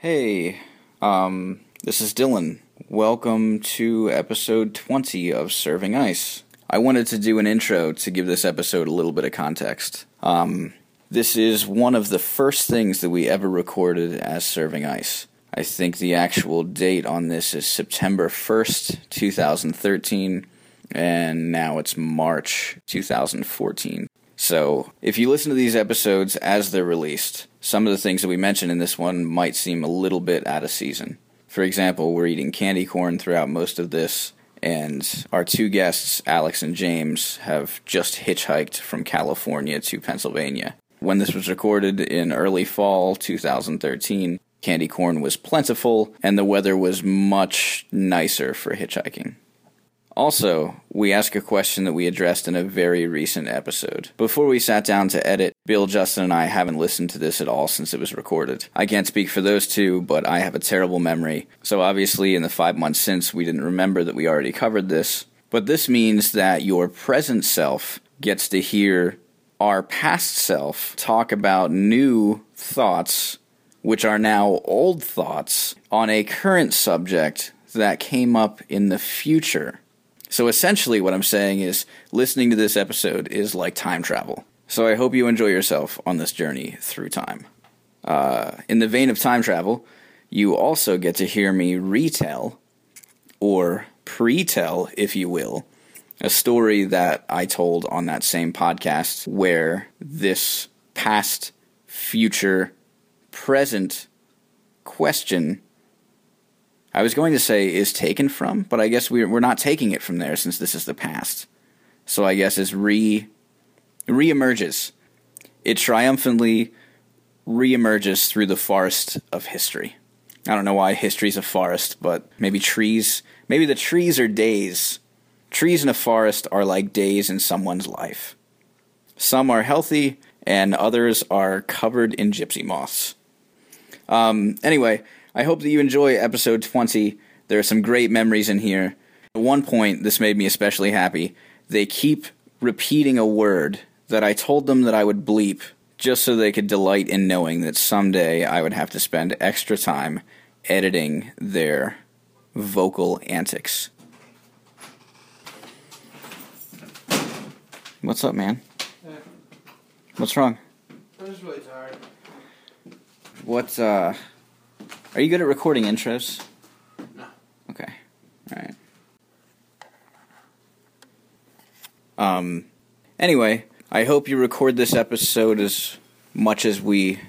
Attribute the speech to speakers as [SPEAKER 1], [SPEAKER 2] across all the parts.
[SPEAKER 1] Hey, um, this is Dylan. Welcome to episode 20 of Serving Ice. I wanted to do an intro to give this episode a little bit of context. Um, this is one of the first things that we ever recorded as Serving Ice. I think the actual date on this is September 1st, 2013, and now it's March 2014. So, if you listen to these episodes as they're released, some of the things that we mentioned in this one might seem a little bit out of season. For example, we're eating candy corn throughout most of this, and our two guests, Alex and James, have just hitchhiked from California to Pennsylvania. When this was recorded in early fall 2013, candy corn was plentiful, and the weather was much nicer for hitchhiking. Also, we ask a question that we addressed in a very recent episode. Before we sat down to edit, Bill, Justin, and I haven't listened to this at all since it was recorded. I can't speak for those two, but I have a terrible memory. So obviously, in the five months since, we didn't remember that we already covered this. But this means that your present self gets to hear our past self talk about new thoughts which are now old thoughts on a current subject that came up in the future. So essentially, what I'm saying is listening to this episode is like time travel. So I hope you enjoy yourself on this journey through time. Uh, in the vein of time travel, you also get to hear me retell, or pre tell, if you will, a story that I told on that same podcast where this past, future, present question I was going to say is taken from, but I guess we're, we're not taking it from there since this is the past. So I guess it's re reemerges. It triumphantly reemerges through the forest of history. I don't know why history's a forest, but maybe trees. Maybe the trees are days. Trees in a forest are like days in someone's life. Some are healthy, and others are covered in gypsy moths anyway, I hope that you enjoy episode 20. There are some great memories in here. At one point, this made me especially happy. They keep repeating a word that I told them that I would bleep just so they could delight in knowing that someday I would have to spend extra time editing their vocal antics. What's up, man? What's wrong?
[SPEAKER 2] I'm just really tired.
[SPEAKER 1] What uh are you good at recording intros?
[SPEAKER 2] No.
[SPEAKER 1] Okay. Alright. Um anyway, I hope you record this episode as much as we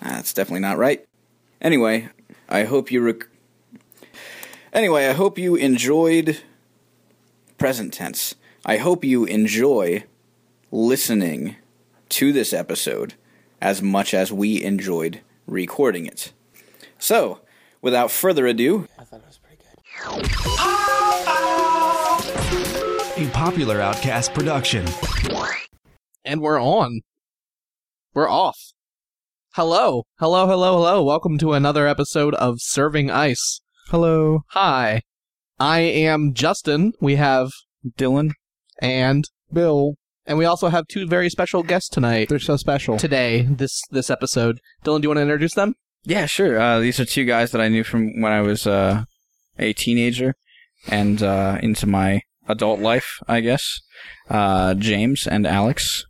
[SPEAKER 1] Ah, that's definitely not right. Anyway, I hope you rec- Anyway, I hope you enjoyed present tense. I hope you enjoy listening to this episode as much as we enjoyed recording it. So, without further ado,
[SPEAKER 2] I thought it was pretty good.
[SPEAKER 3] a popular Outcast production.
[SPEAKER 4] and we're on. We're off. Hello, hello, hello, hello. Welcome to another episode of Serving Ice.
[SPEAKER 5] Hello.
[SPEAKER 4] Hi, I am Justin. We have
[SPEAKER 1] Dylan,
[SPEAKER 4] and
[SPEAKER 5] Bill,
[SPEAKER 4] and we also have two very special guests tonight.
[SPEAKER 5] they're so special.
[SPEAKER 4] Today, this this episode. Dylan, do you want to introduce them?
[SPEAKER 1] Yeah, sure. Uh, these are two guys that I knew from when I was uh, a teenager and uh, into my adult life, I guess. Uh, James and Alex.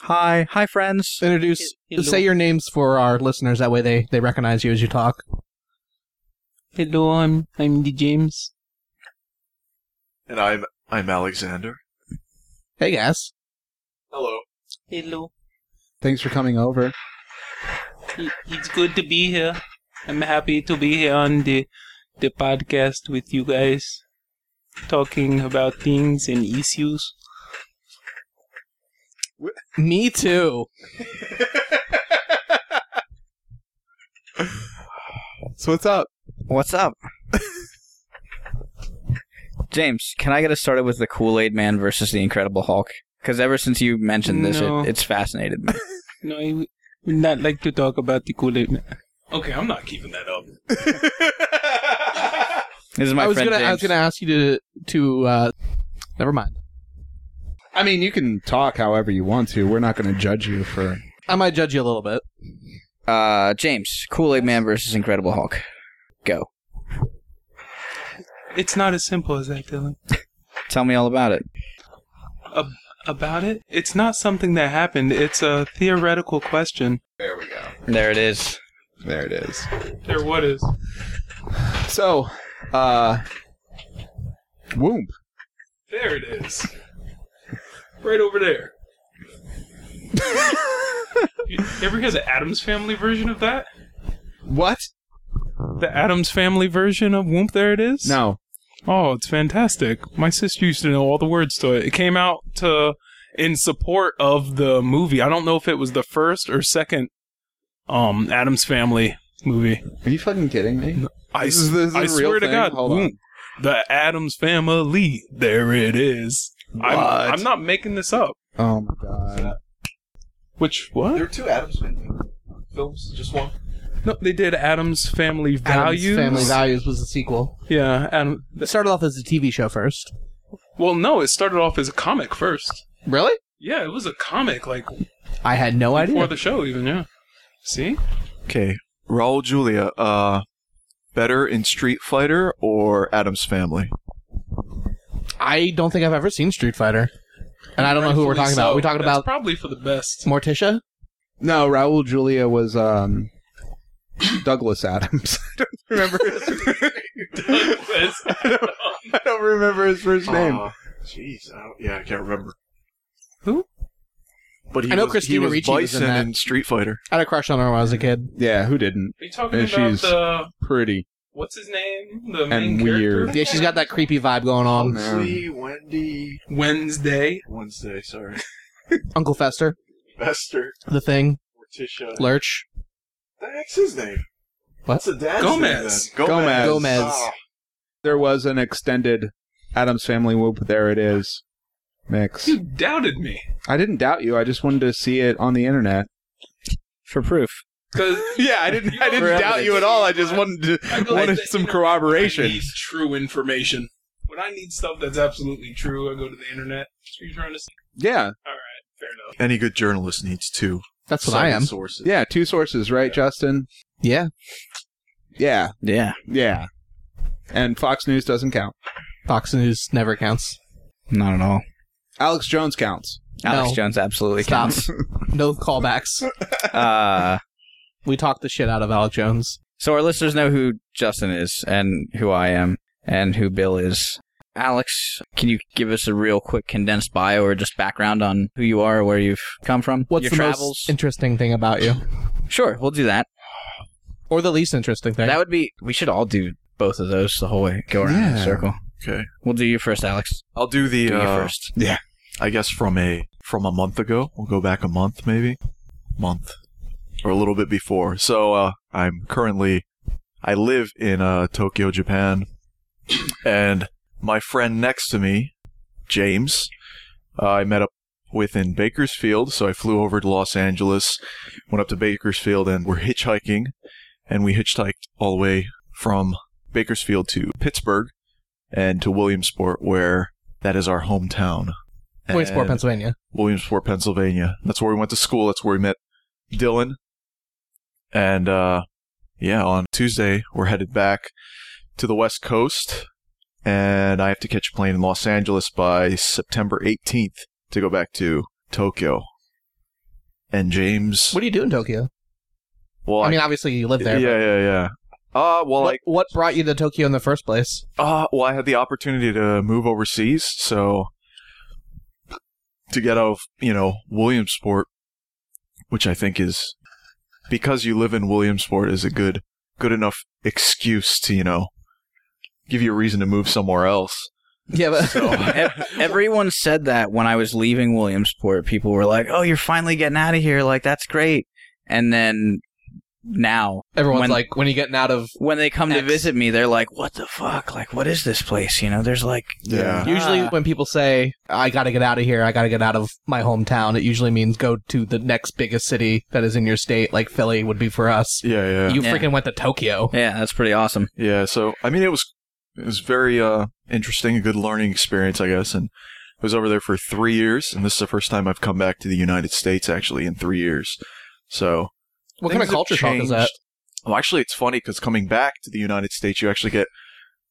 [SPEAKER 1] Hi, hi, friends.
[SPEAKER 4] Introduce.
[SPEAKER 2] Hello.
[SPEAKER 4] Say your names for our listeners. That way, they they recognize you as you talk.
[SPEAKER 2] Hello, I'm I'm the James.
[SPEAKER 6] And I'm I'm Alexander.
[SPEAKER 4] Hey, guys.
[SPEAKER 6] Hello.
[SPEAKER 2] Hello.
[SPEAKER 5] Thanks for coming over.
[SPEAKER 2] It- It's good to be here. I'm happy to be here on the the podcast with you guys, talking about things and issues.
[SPEAKER 4] Me too.
[SPEAKER 5] So what's up?
[SPEAKER 1] What's up? James, can I get us started with the Kool Aid Man versus the Incredible Hulk? Because ever since you mentioned this,
[SPEAKER 2] No.
[SPEAKER 1] it, it's fascinated me.
[SPEAKER 2] No, I would not like to talk about the Kool Aid. Okay, I'm not keeping that up.
[SPEAKER 1] This is my
[SPEAKER 4] I was
[SPEAKER 1] friend
[SPEAKER 4] gonna
[SPEAKER 1] James.
[SPEAKER 4] I was gonna ask you to to. uh Never mind.
[SPEAKER 5] I mean, you can talk however you want to. We're not going to judge you for.
[SPEAKER 4] I might judge you a little bit.
[SPEAKER 1] Uh, James, Kool Aid Man versus Incredible Hulk. Go.
[SPEAKER 2] It's not as simple as that, Dylan.
[SPEAKER 1] Tell me all about it.
[SPEAKER 2] About it, it's not something that happened. It's a theoretical question.
[SPEAKER 5] There we go.
[SPEAKER 1] There it is.
[SPEAKER 5] There it is.
[SPEAKER 2] There, what is?
[SPEAKER 5] So, uh, womb.
[SPEAKER 2] There it is. Right over there. you ever hear the Adams Family version of that?
[SPEAKER 5] What?
[SPEAKER 2] The Adams Family version of Whoomp There It Is?
[SPEAKER 5] No.
[SPEAKER 2] Oh, it's fantastic. My sister used to know all the words to it. It came out to in support of the movie. I don't know if it was the first or second um Adams Family movie.
[SPEAKER 5] Are you fucking kidding me?
[SPEAKER 2] I,
[SPEAKER 5] This is- this is
[SPEAKER 2] I
[SPEAKER 5] a real
[SPEAKER 2] swear to
[SPEAKER 5] thing?
[SPEAKER 2] God, Mm.
[SPEAKER 5] Hold on.
[SPEAKER 2] Whoomp. the Adams Family. There it is.
[SPEAKER 5] What?
[SPEAKER 2] I'm, I'm not making this up.
[SPEAKER 5] Oh my god.
[SPEAKER 2] Which what?
[SPEAKER 6] There were two Adams family films, just one.
[SPEAKER 2] No, they did Adam's Family Values.
[SPEAKER 4] Family Values was the sequel.
[SPEAKER 2] Yeah, Adam.
[SPEAKER 4] It started off as a TV show first.
[SPEAKER 2] Well, no, it started off as a comic first.
[SPEAKER 4] Really?
[SPEAKER 2] Yeah, it was a comic, like
[SPEAKER 4] I had no
[SPEAKER 2] before
[SPEAKER 4] idea.
[SPEAKER 2] the show, even. Yeah. See,
[SPEAKER 6] Okay. Raul Julia, uh, better in Street Fighter or Adam's Family?
[SPEAKER 4] I don't think I've ever seen Street Fighter. And I don't know who we're
[SPEAKER 2] Rightfully
[SPEAKER 4] talking about.
[SPEAKER 2] so.
[SPEAKER 4] we talking
[SPEAKER 2] That's
[SPEAKER 4] about
[SPEAKER 2] probably for the best.
[SPEAKER 4] Morticia?
[SPEAKER 5] No, Raul Julia was um Douglas Adams. I don't remember his, I don't remember his first name.
[SPEAKER 6] Uh, Jeez, I don't- yeah, I can't remember.
[SPEAKER 2] Who?
[SPEAKER 6] But he
[SPEAKER 4] I know
[SPEAKER 6] was, he
[SPEAKER 4] Christina
[SPEAKER 6] was
[SPEAKER 4] Ricci
[SPEAKER 6] Bison
[SPEAKER 4] was in that.
[SPEAKER 6] Street Fighter.
[SPEAKER 4] I had a crush on her when I was a kid.
[SPEAKER 5] yeah, who didn't?
[SPEAKER 2] Are you talking
[SPEAKER 5] And
[SPEAKER 2] about
[SPEAKER 5] she's-
[SPEAKER 2] the
[SPEAKER 5] Pretty.
[SPEAKER 2] what's his name? The main
[SPEAKER 5] And
[SPEAKER 2] character.
[SPEAKER 5] weird.
[SPEAKER 4] Yeah, she's got that creepy vibe going on.
[SPEAKER 6] Huxley, Wendy,
[SPEAKER 2] Wednesday.
[SPEAKER 6] Wednesday, sorry.
[SPEAKER 4] Uncle Fester,
[SPEAKER 6] Bester,
[SPEAKER 4] the thing,
[SPEAKER 6] Morticia.
[SPEAKER 4] Lurch,
[SPEAKER 6] the heck's his name?
[SPEAKER 4] What?
[SPEAKER 6] That's the dad's
[SPEAKER 2] Gomez.
[SPEAKER 6] name, then.
[SPEAKER 5] Gomez.
[SPEAKER 4] Gomez.
[SPEAKER 6] Ah,
[SPEAKER 5] There was an extended Adams Family whoop. There it is. Mix.
[SPEAKER 2] You doubted me
[SPEAKER 5] I didn't doubt you. I just wanted to see it on the internet.
[SPEAKER 1] For proof.
[SPEAKER 2] because
[SPEAKER 5] Yeah, I didn't. I didn't doubt you at all. I just wanted
[SPEAKER 2] I
[SPEAKER 5] to
[SPEAKER 2] feel like
[SPEAKER 5] wanted
[SPEAKER 2] the
[SPEAKER 5] some
[SPEAKER 2] internet- I
[SPEAKER 5] corroboration.
[SPEAKER 2] need true information. When I need stuff that's absolutely true, I go to the internet. That's what you're trying to say.
[SPEAKER 5] Yeah,
[SPEAKER 2] All right, fair enough.
[SPEAKER 6] Any good journalist needs two.
[SPEAKER 4] that's what I am.
[SPEAKER 6] Sources.
[SPEAKER 5] yeah. Two sources, right, Justin?
[SPEAKER 4] Yeah.
[SPEAKER 5] Yeah,
[SPEAKER 1] Yeah.
[SPEAKER 5] yeah. And Fox News doesn't count.
[SPEAKER 4] Fox News never counts.
[SPEAKER 1] Not at all.
[SPEAKER 5] Alex Jones counts.
[SPEAKER 1] Alex
[SPEAKER 4] No.
[SPEAKER 1] Jones absolutely
[SPEAKER 4] Stop.
[SPEAKER 1] counts.
[SPEAKER 4] No callbacks.
[SPEAKER 1] Uh,
[SPEAKER 4] We talked the shit out of Alec Jones.
[SPEAKER 1] so our listeners know who Justin is and who I am and who Bill is. Alex, can you give us a real quick condensed bio or just background on who you are, where you've come from,
[SPEAKER 4] What's
[SPEAKER 1] your
[SPEAKER 4] the
[SPEAKER 1] travels?
[SPEAKER 4] most interesting thing about you?
[SPEAKER 1] sure, we'll do that.
[SPEAKER 4] Or the least interesting thing?
[SPEAKER 1] That would be. We should all do both of those the whole way. Go around in a
[SPEAKER 5] Yeah.
[SPEAKER 1] circle.
[SPEAKER 6] Okay.
[SPEAKER 1] We'll do you first, Alex.
[SPEAKER 6] I'll do the
[SPEAKER 1] Do you
[SPEAKER 6] uh,
[SPEAKER 1] first.
[SPEAKER 6] I guess from a from a month ago. We'll go back a month maybe. Month. Or a little bit before. So uh I'm currently I live in uh Tokyo, Japan. And my friend next to me, James, uh, I met up with in Bakersfield, so I flew over to Los Angeles, went up to Bakersfield and we're hitchhiking and we hitchhiked all the way from Bakersfield to Pittsburgh and to Williamsport where that is our hometown.
[SPEAKER 4] Williamsport,
[SPEAKER 6] And-
[SPEAKER 4] Pennsylvania.
[SPEAKER 6] Williamsport, Pennsylvania. That's where we went to school. That's where we met Dylan. And uh, yeah, on Tuesday we're headed back to the West Coast, and I have to catch a plane in Los Angeles by September 18th to go back to Tokyo. And James,
[SPEAKER 4] What do you do in Tokyo?
[SPEAKER 6] well,
[SPEAKER 4] I mean, obviously you live there.
[SPEAKER 6] yeah,
[SPEAKER 4] but
[SPEAKER 6] yeah, yeah. Uh, well,
[SPEAKER 4] What,
[SPEAKER 6] like,
[SPEAKER 4] what brought you to Tokyo in the first place?
[SPEAKER 6] uh, well, I had the opportunity to move overseas, so to get out of you know Williamsport, which I think is because you live in Williamsport is a good good enough excuse to you know give you a reason to move somewhere else.
[SPEAKER 4] Yeah, but
[SPEAKER 1] Ev- Everyone said that when I was leaving Williamsport. People were like, "Oh, you're finally getting out of here! Like that's great." And then now,
[SPEAKER 4] everyone's
[SPEAKER 1] When-
[SPEAKER 4] like, when are you getting out of?
[SPEAKER 1] when they come to
[SPEAKER 4] X.
[SPEAKER 1] visit me, they're like, "What the fuck? Like, what is this place?" You know, there's like,
[SPEAKER 6] Yeah.
[SPEAKER 4] Usually,
[SPEAKER 1] Ah.
[SPEAKER 4] when people say, I gotta get out of here, I gotta get out of my hometown, it usually means go to the next biggest city that is in your state, like Philly would be for us.
[SPEAKER 6] Yeah, yeah,
[SPEAKER 4] You
[SPEAKER 1] Yeah.
[SPEAKER 4] freaking went to Tokyo.
[SPEAKER 1] yeah, that's pretty awesome.
[SPEAKER 6] yeah. So I mean, it was it was very uh interesting, a good learning experience, I guess, and. I was over there for three years, and this is the first time I've come back to the United States actually in three years. So
[SPEAKER 4] What kind of
[SPEAKER 6] Things have
[SPEAKER 4] culture shock is that?
[SPEAKER 6] changed. Well, actually, it's funny because coming back to the United States, you actually get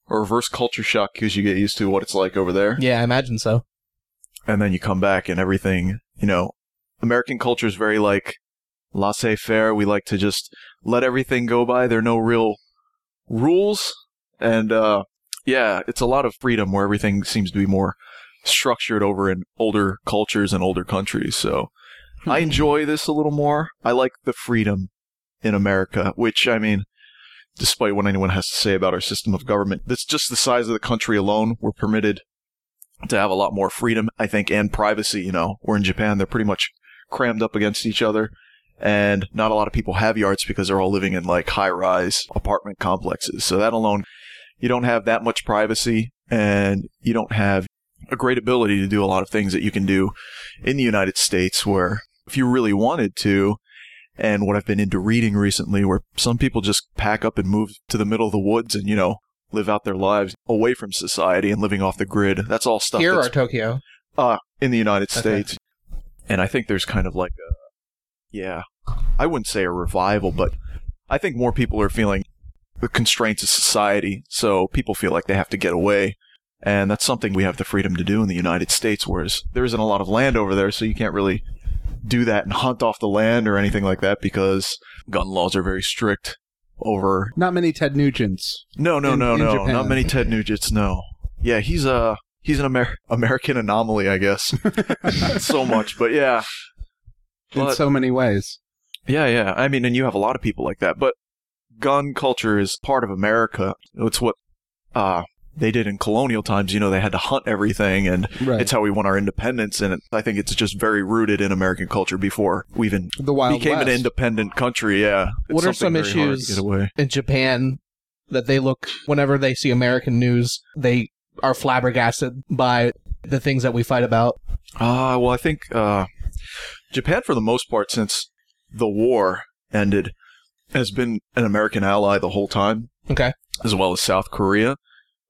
[SPEAKER 6] a reverse culture shock because you get used to what it's like over there.
[SPEAKER 4] Yeah, I imagine so.
[SPEAKER 6] and then you come back and everything, you know, American culture is very like laissez faire. We like to just let everything go by. There are no real rules. And, uh, yeah, it's a lot of freedom where everything seems to be more structured over in older cultures and older countries. So I enjoy this a little more. I like the freedom in America, which, I mean, despite what anyone has to say about our system of government, that's just the size of the country alone. We're permitted to have a lot more freedom, I think, and privacy. You know, we're in Japan, they're pretty much crammed up against each other, and not a lot of people have yards because they're all living in like high rise apartment complexes. So, that alone, you don't have that much privacy, and you don't have a great ability to do a lot of things that you can do in the United States, where if you really wanted to, and what I've been into reading recently, where some people just pack up and move to the middle of the woods and, you know, live out their lives away from society and living off the grid. That's all stuff
[SPEAKER 4] Here
[SPEAKER 6] that's
[SPEAKER 4] or Tokyo?
[SPEAKER 6] in the United
[SPEAKER 4] Okay.
[SPEAKER 6] States. And I think there's kind of like a, yeah, I wouldn't say a revival, but I think more people are feeling the constraints of society. So people feel like they have to get away. And that's something we have the freedom to do in the United States, whereas there isn't a lot of land over there, so you can't really do that and hunt off the land or anything like that because gun laws are very strict over
[SPEAKER 5] Not many Ted Nugents.
[SPEAKER 6] no, no,
[SPEAKER 5] in-
[SPEAKER 6] no,
[SPEAKER 5] in
[SPEAKER 6] no.
[SPEAKER 5] Japan.
[SPEAKER 6] Not many Ted Nugents. No. Yeah, he's a he's an Amer- American anomaly, I guess. Not so much, but yeah,
[SPEAKER 5] in
[SPEAKER 6] But-
[SPEAKER 5] so many ways.
[SPEAKER 6] yeah, yeah. I mean, and you have a lot of people like that, but gun culture is part of America. It's what uh they did in colonial times. You know, they had to hunt everything, and
[SPEAKER 5] Right.
[SPEAKER 6] it's how we won our independence. And it, I think it's just very rooted in American culture before we even
[SPEAKER 5] the Wild
[SPEAKER 6] became
[SPEAKER 5] West.
[SPEAKER 6] an independent country. Yeah. It's
[SPEAKER 4] What are
[SPEAKER 6] something
[SPEAKER 4] some
[SPEAKER 6] very hard to
[SPEAKER 4] issues-
[SPEAKER 6] Get away.
[SPEAKER 4] in Japan that they look whenever they see American news, they are flabbergasted by the things that we fight about.
[SPEAKER 6] Ah, well, I think uh, Japan, for the most part, since the war ended, has been an American ally the whole time,
[SPEAKER 4] Okay.
[SPEAKER 6] as well as South Korea.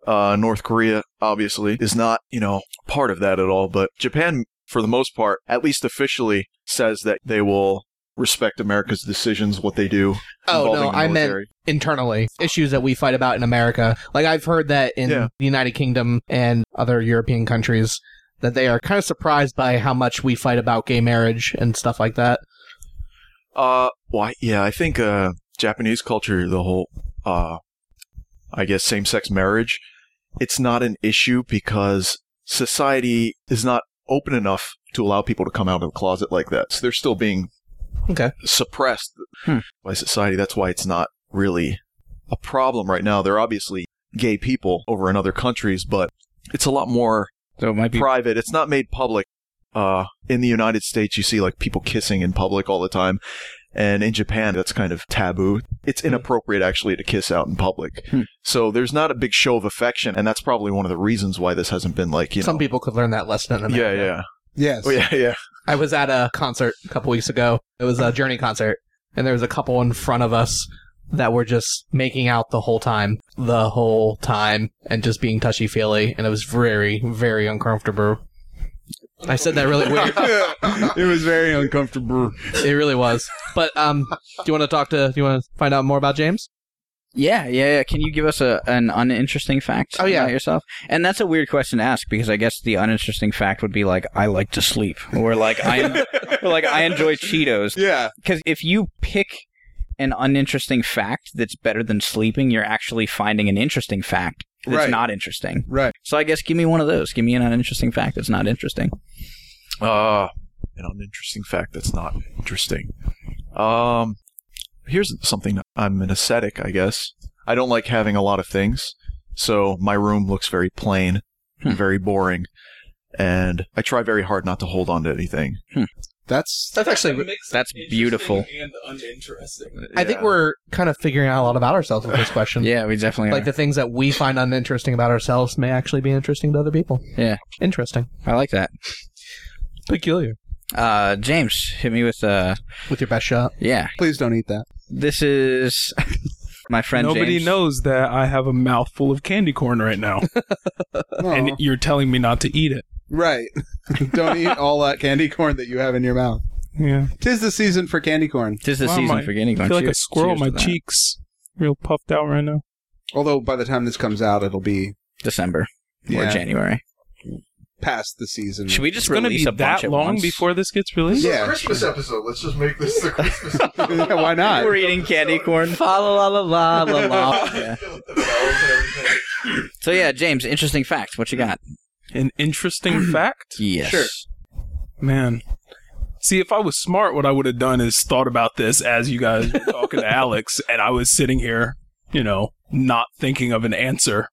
[SPEAKER 6] Uh, North Korea, obviously, is not, you know, part of that at all, but Japan, for the most part, at least officially, says that they will respect America's decisions, what they do.
[SPEAKER 4] Oh no,
[SPEAKER 6] involving the
[SPEAKER 4] I meant
[SPEAKER 6] military.
[SPEAKER 4] internally issues that we fight about in America. Like I've heard that in
[SPEAKER 6] Yeah.
[SPEAKER 4] the United Kingdom and other European countries that they are kind of surprised by how much we fight about gay marriage and stuff like that.
[SPEAKER 6] Uh, well, I- yeah, I think uh, Japanese culture, the whole, uh, I guess, same-sex marriage, it's not an issue because society is not open enough to allow people to come out of the closet like that. So they're still being
[SPEAKER 4] Okay.
[SPEAKER 6] suppressed
[SPEAKER 1] Hmm.
[SPEAKER 6] by society. That's why it's not really a problem right now. There are obviously gay people over in other countries, but it's a lot more
[SPEAKER 1] So it might be
[SPEAKER 6] private. It's not made public. Uh, in the United States, you see like people kissing in public all the time, and in Japan, that's kind of taboo. It's inappropriate actually to kiss out in public.
[SPEAKER 1] Hmm.
[SPEAKER 6] So there's not a big show of affection, and that's probably one of the reasons why this hasn't been like you
[SPEAKER 4] Some
[SPEAKER 6] know.
[SPEAKER 4] people could learn that lesson in America.
[SPEAKER 6] yeah, yeah,
[SPEAKER 5] Yes.
[SPEAKER 6] oh, yeah, yeah.
[SPEAKER 4] I was at a concert a couple weeks ago. It was a Journey concert, and there was a couple in front of us that were just making out the whole time, the whole time, and just being touchy feely, and it was very, very uncomfortable. I said that really weird.
[SPEAKER 5] it was very uncomfortable.
[SPEAKER 4] it really was. But um, do you want to talk to? Do you want to find out more about James?
[SPEAKER 1] Yeah, yeah, yeah. Can you give us a an uninteresting fact?
[SPEAKER 4] Oh, yeah.
[SPEAKER 1] about yourself. And that's a weird question to ask because I guess the uninteresting fact would be like I like to sleep or like I or like I enjoy Cheetos.
[SPEAKER 5] Yeah.
[SPEAKER 1] Because if you pick an uninteresting fact that's better than sleeping, you're actually finding an interesting fact that's
[SPEAKER 5] Right.
[SPEAKER 1] not interesting.
[SPEAKER 5] Right.
[SPEAKER 1] So I guess give me one of those. Give me an uninteresting fact that's not interesting.
[SPEAKER 6] Uh, an uninteresting fact that's not interesting. Um, here's something. I'm an ascetic, I guess. I don't like having a lot of things, so my room looks very plain,
[SPEAKER 1] Hmm.
[SPEAKER 6] very boring, and I try very hard not to hold on to anything.
[SPEAKER 5] That's
[SPEAKER 4] That's actually.
[SPEAKER 1] That's beautiful.
[SPEAKER 2] And uninteresting.
[SPEAKER 4] I think we're kind of figuring out a lot about ourselves with this question.
[SPEAKER 1] Yeah, we definitely
[SPEAKER 4] Like
[SPEAKER 1] are.
[SPEAKER 4] the things that we find uninteresting about ourselves may actually be interesting to other people.
[SPEAKER 1] Yeah.
[SPEAKER 4] Interesting.
[SPEAKER 1] I like that.
[SPEAKER 4] Peculiar.
[SPEAKER 1] Uh, James, hit me with uh,
[SPEAKER 4] With your best shot.
[SPEAKER 1] yeah.
[SPEAKER 5] please don't eat that.
[SPEAKER 1] This is my friend.
[SPEAKER 2] Nobody
[SPEAKER 1] James.
[SPEAKER 2] knows that I have a mouthful of candy corn right now, and
[SPEAKER 5] Aw.
[SPEAKER 2] you're telling me not to eat it.
[SPEAKER 5] right. don't eat all that candy corn that you have in your mouth.
[SPEAKER 2] Yeah.
[SPEAKER 5] Tis the season for candy corn.
[SPEAKER 1] Tis the
[SPEAKER 2] Wow,
[SPEAKER 1] season
[SPEAKER 2] my-
[SPEAKER 1] for guinea corn.
[SPEAKER 2] I feel like a
[SPEAKER 1] Cheers-
[SPEAKER 2] squirrel.
[SPEAKER 1] cheers
[SPEAKER 2] My
[SPEAKER 1] to that.
[SPEAKER 2] cheeks real puffed out right now.
[SPEAKER 5] Although by the time this comes out, it'll be
[SPEAKER 1] December or
[SPEAKER 5] Yeah.
[SPEAKER 1] January.
[SPEAKER 5] past the season.
[SPEAKER 4] Mm.
[SPEAKER 1] Should we just
[SPEAKER 2] It's going to
[SPEAKER 1] release
[SPEAKER 2] be
[SPEAKER 1] a bunch
[SPEAKER 2] that
[SPEAKER 1] at
[SPEAKER 2] long
[SPEAKER 1] once?
[SPEAKER 2] before this gets released.
[SPEAKER 5] Yeah.
[SPEAKER 7] Christmas episode. Let's just make this the Christmas
[SPEAKER 5] yeah, why not?
[SPEAKER 1] We're eating candy corn.
[SPEAKER 4] Fa la la la la la la.
[SPEAKER 1] Yeah.
[SPEAKER 7] episode. The bells and everything.
[SPEAKER 1] So yeah, James, interesting fact. What you got?
[SPEAKER 2] An interesting fact.
[SPEAKER 1] Yes.
[SPEAKER 5] Sure.
[SPEAKER 2] Man. See, if I was smart, what I would have done is thought about this as you guys were talking to Alex, and I was sitting here, you know, not thinking of an answer.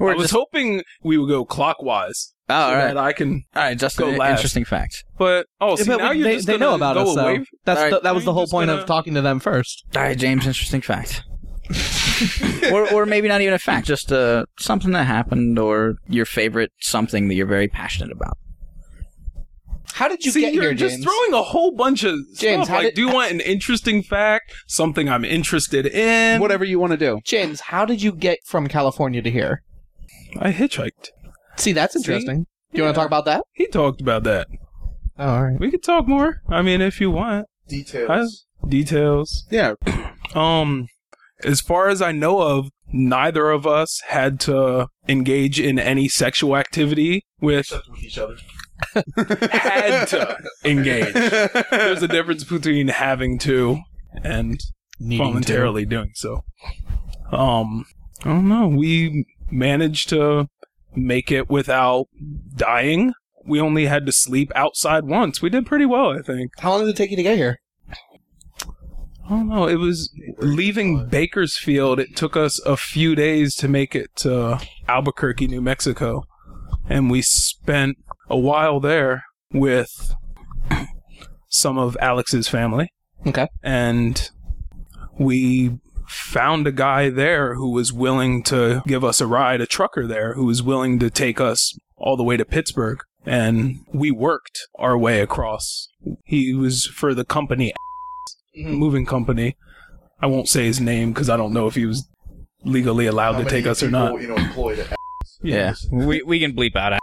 [SPEAKER 1] Or
[SPEAKER 2] I was
[SPEAKER 1] just-
[SPEAKER 2] hoping we would go clockwise
[SPEAKER 1] Oh, all
[SPEAKER 2] so
[SPEAKER 1] right.
[SPEAKER 2] that I can.
[SPEAKER 1] All right, Justin.
[SPEAKER 2] Go
[SPEAKER 1] an
[SPEAKER 2] last.
[SPEAKER 1] Interesting fact.
[SPEAKER 2] But oh, see,
[SPEAKER 4] Yeah, but
[SPEAKER 2] now
[SPEAKER 4] we-
[SPEAKER 2] you're
[SPEAKER 4] they,
[SPEAKER 2] just
[SPEAKER 4] they
[SPEAKER 2] gonna
[SPEAKER 4] know about
[SPEAKER 2] go
[SPEAKER 4] us, though.
[SPEAKER 2] away.
[SPEAKER 4] That's
[SPEAKER 1] Alright.
[SPEAKER 4] the, that was
[SPEAKER 2] You're
[SPEAKER 4] the whole
[SPEAKER 2] just
[SPEAKER 4] point
[SPEAKER 2] gonna-
[SPEAKER 4] of talking to them first.
[SPEAKER 1] All right, James. Interesting fact. or, or maybe not even a fact, just uh, something that happened, or your favorite something that you're very passionate about.
[SPEAKER 4] How did
[SPEAKER 2] See, you're just throwing a whole bunch of
[SPEAKER 4] James,
[SPEAKER 2] stuff.
[SPEAKER 4] how
[SPEAKER 2] Like,
[SPEAKER 4] did-
[SPEAKER 2] do you want an interesting fact? Something I'm interested in?
[SPEAKER 5] Whatever you want to do.
[SPEAKER 4] James, how did you get from California to here?
[SPEAKER 2] I hitchhiked.
[SPEAKER 4] See, that's interesting. Do you want to talk about that?
[SPEAKER 2] He talked about that.
[SPEAKER 4] Oh, all right.
[SPEAKER 2] We could talk more. I mean, if you want
[SPEAKER 7] Details.
[SPEAKER 2] details.
[SPEAKER 5] Yeah.
[SPEAKER 2] Um, as far as I know of, neither of us had to engage in any sexual activity with
[SPEAKER 7] Except with each other.
[SPEAKER 2] had to engage. There's a difference between having to and voluntarily doing so. Um, I don't know. We managed to make it without dying. We only had to sleep outside once. We did pretty well, I think.
[SPEAKER 4] How long did it take you to get here?
[SPEAKER 2] I don't know. It was leaving Bakersfield. It took us a few days to make it to Albuquerque, New Mexico, and we spent a while there with some of Alex's family.
[SPEAKER 4] Okay.
[SPEAKER 2] And we found a guy there who was willing to give us a ride, a trucker there who was willing to take us all the way to Pittsburgh. And we worked our way across. He was for the company moving company. I won't say his name because I don't know if he was legally allowed
[SPEAKER 7] How
[SPEAKER 2] to take
[SPEAKER 7] many
[SPEAKER 2] us or
[SPEAKER 7] people,
[SPEAKER 2] not.
[SPEAKER 7] You know, employed at
[SPEAKER 1] Yeah, we we can bleep out.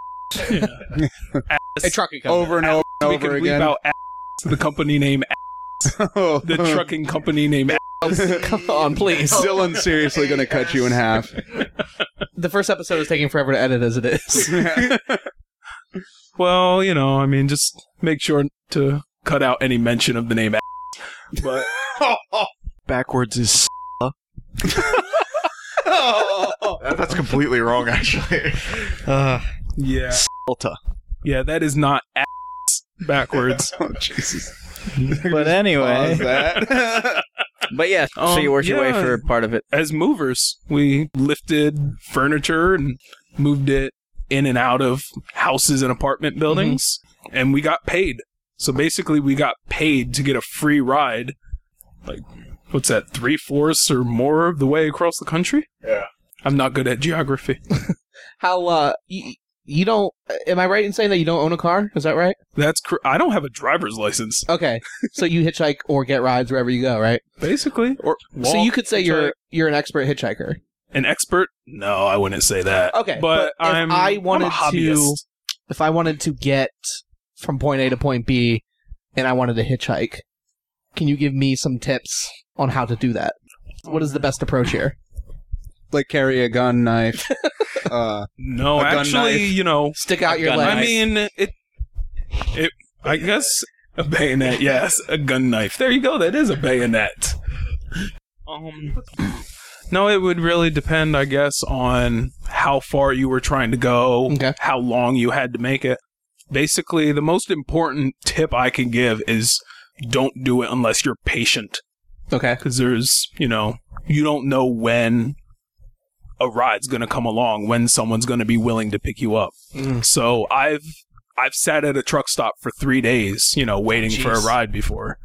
[SPEAKER 4] A trucking
[SPEAKER 5] Over and over and
[SPEAKER 2] we
[SPEAKER 5] over
[SPEAKER 2] can
[SPEAKER 5] again. Oh.
[SPEAKER 2] bleep out the company name, the
[SPEAKER 5] Uh-huh.
[SPEAKER 2] trucking company name.
[SPEAKER 4] Come on, please.
[SPEAKER 5] Dylan's seriously going to cut you in half.
[SPEAKER 4] The first episode is taking forever to edit as it is.
[SPEAKER 2] Well, you know, I mean, just make sure to cut out any mention of the name. But
[SPEAKER 6] Backwards is. That- That's completely wrong, actually. Uh,
[SPEAKER 2] yeah,
[SPEAKER 6] Delta.
[SPEAKER 2] yeah, that is not ass backwards.
[SPEAKER 5] oh, Jesus.
[SPEAKER 1] But
[SPEAKER 5] Pause
[SPEAKER 1] anyway,
[SPEAKER 5] that.
[SPEAKER 1] but yeah. so
[SPEAKER 2] Um,
[SPEAKER 1] you worked your way
[SPEAKER 2] yeah.
[SPEAKER 1] for part of it.
[SPEAKER 2] As movers, we lifted furniture and moved it in and out of houses and
[SPEAKER 1] Mm-hmm.
[SPEAKER 2] apartment buildings, and we got paid. So basically, we got paid to get a free ride. Like, what's that? Three fourths or more of the way across the country.
[SPEAKER 7] Yeah.
[SPEAKER 2] I'm not good at geography.
[SPEAKER 4] How, uh, you, you don't, uh, am I right in saying that you don't own a car? Is that right?
[SPEAKER 2] That's cr- I don't have a driver's license,
[SPEAKER 4] Okay. so you hitchhike or get rides wherever you go, right?
[SPEAKER 2] basically. Or
[SPEAKER 4] so
[SPEAKER 2] walk,
[SPEAKER 4] you could say
[SPEAKER 2] hitchhike.
[SPEAKER 4] you're, you're an expert hitchhiker.
[SPEAKER 2] an expert. No, I wouldn't say that.
[SPEAKER 4] Okay,
[SPEAKER 2] but,
[SPEAKER 4] but if
[SPEAKER 2] I'm.
[SPEAKER 4] I
[SPEAKER 2] I'm a
[SPEAKER 4] wanted to-
[SPEAKER 2] hobbyist.
[SPEAKER 4] If I wanted to get from point A to point B and I wanted to hitchhike, can you give me some tips on how to do that? What is the best approach here?
[SPEAKER 5] like carry a gun, knife. Uh,
[SPEAKER 2] No,
[SPEAKER 5] a gun
[SPEAKER 2] actually,
[SPEAKER 5] knife.
[SPEAKER 2] you know,
[SPEAKER 4] Stick out your
[SPEAKER 1] gun
[SPEAKER 4] leg.
[SPEAKER 2] I mean, it. It. I guess a bayonet. Yes, a gun knife. There you go. That is a bayonet. Um. No, it would really depend, I guess, on how far you were trying to go,
[SPEAKER 4] Okay.
[SPEAKER 2] how long you had to make it. Basically, the most important tip I can give is don't do it unless you're patient
[SPEAKER 4] okay.
[SPEAKER 2] because there's you know you don't know when a ride's going to come along when someone's going to be willing to pick you up
[SPEAKER 4] Mm.
[SPEAKER 2] so i've i've sat at a truck stop for three days you know waiting for a
[SPEAKER 4] Jeez.
[SPEAKER 2] ride before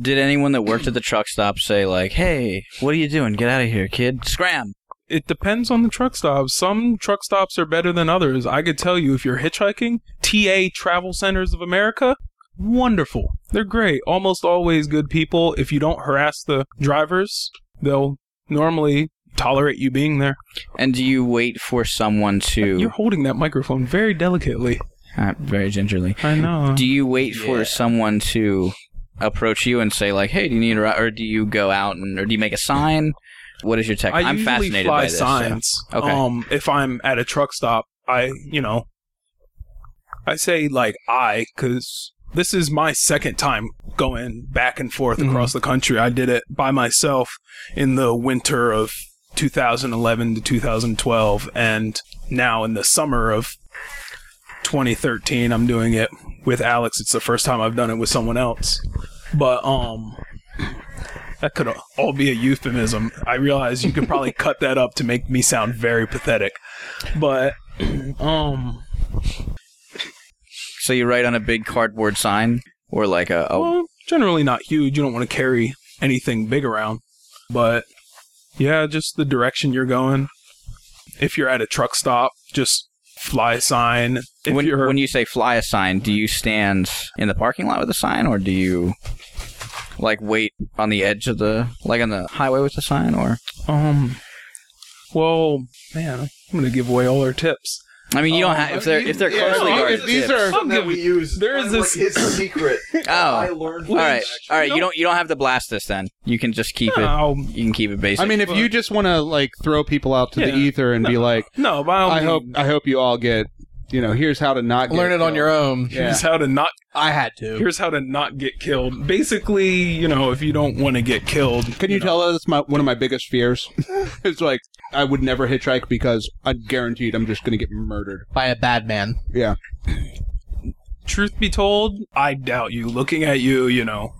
[SPEAKER 1] Did anyone that worked at the truck stop say like, "Hey, what are you doing? Get out of here, kid! Scram!"
[SPEAKER 2] it depends on the truck stop some truck stops are better than others i could tell you if you're hitchhiking ta travel centers of america wonderful they're great almost always good people if you don't harass the drivers they'll normally tolerate you being there
[SPEAKER 1] And do you wait for someone to
[SPEAKER 2] You're holding that microphone very delicately.
[SPEAKER 1] Uh, very gingerly?
[SPEAKER 2] I know.
[SPEAKER 1] Do you wait for someone to approach you and say like, "Hey, do you need a ride?" Or do you go out and or do you make a sign? What is your tech?
[SPEAKER 2] I
[SPEAKER 1] am
[SPEAKER 2] usually
[SPEAKER 1] fascinated
[SPEAKER 2] fly
[SPEAKER 1] by this.
[SPEAKER 2] signs.
[SPEAKER 1] Okay.
[SPEAKER 2] Um, if I'm at a truck stop, I you know, I say like I because this is my second time going back and forth
[SPEAKER 4] Mhm.
[SPEAKER 2] across the country. I did it by myself in the winter of 2011 to 2012, and now in the summer of 2013, I'm doing it with Alex. It's the first time I've done it with someone else, but um. That could all be a euphemism. I realize you could probably cut that up to make me sound very pathetic. But um
[SPEAKER 1] So you write on a big cardboard sign or like a, a
[SPEAKER 2] well, generally not huge. You don't want to carry anything big around. But yeah, just the direction you're going. If you're at a truck stop, just fly a sign. If
[SPEAKER 1] when
[SPEAKER 2] you're
[SPEAKER 1] when you say fly a sign, do you stand in the parking lot with a sign or do you like wait on the edge of the like on the highway with a sign or
[SPEAKER 2] um well, man, I'm going to give away all our tips.
[SPEAKER 1] I mean, you
[SPEAKER 2] Oh,
[SPEAKER 1] don't have if they're if they're
[SPEAKER 7] yeah,
[SPEAKER 1] closely
[SPEAKER 2] no,
[SPEAKER 1] guarded.
[SPEAKER 5] These
[SPEAKER 1] tips.
[SPEAKER 5] are
[SPEAKER 2] I'll
[SPEAKER 7] that
[SPEAKER 2] give
[SPEAKER 7] we use.
[SPEAKER 2] there is
[SPEAKER 7] Find what
[SPEAKER 2] this-
[SPEAKER 7] his secret. that
[SPEAKER 1] Oh.
[SPEAKER 7] I learned. from
[SPEAKER 1] all right,
[SPEAKER 7] Jack.
[SPEAKER 1] all right. You don't you don't have to blast this then. You can just keep it.
[SPEAKER 2] I'll,
[SPEAKER 1] You can keep it basic.
[SPEAKER 5] I mean, if you just want to like throw people out to
[SPEAKER 2] Yeah.
[SPEAKER 5] the ether and be like,
[SPEAKER 2] no, but um, I'll
[SPEAKER 5] I hope I hope you all get, you know, here's how to not get
[SPEAKER 4] Learn it on
[SPEAKER 5] killed.
[SPEAKER 4] your own.
[SPEAKER 5] Yeah.
[SPEAKER 2] here's how to not
[SPEAKER 4] I had to.
[SPEAKER 2] here's how to not get killed. Basically, you know, if you don't want to get killed,
[SPEAKER 5] Can you
[SPEAKER 2] know,
[SPEAKER 5] tell us my one of my biggest fears? it's like I would never hitchhike because I'm guaranteed I'm just going to get murdered.
[SPEAKER 4] By a bad man.
[SPEAKER 5] Yeah.
[SPEAKER 2] Truth be told, I doubt you. Looking at you, you know,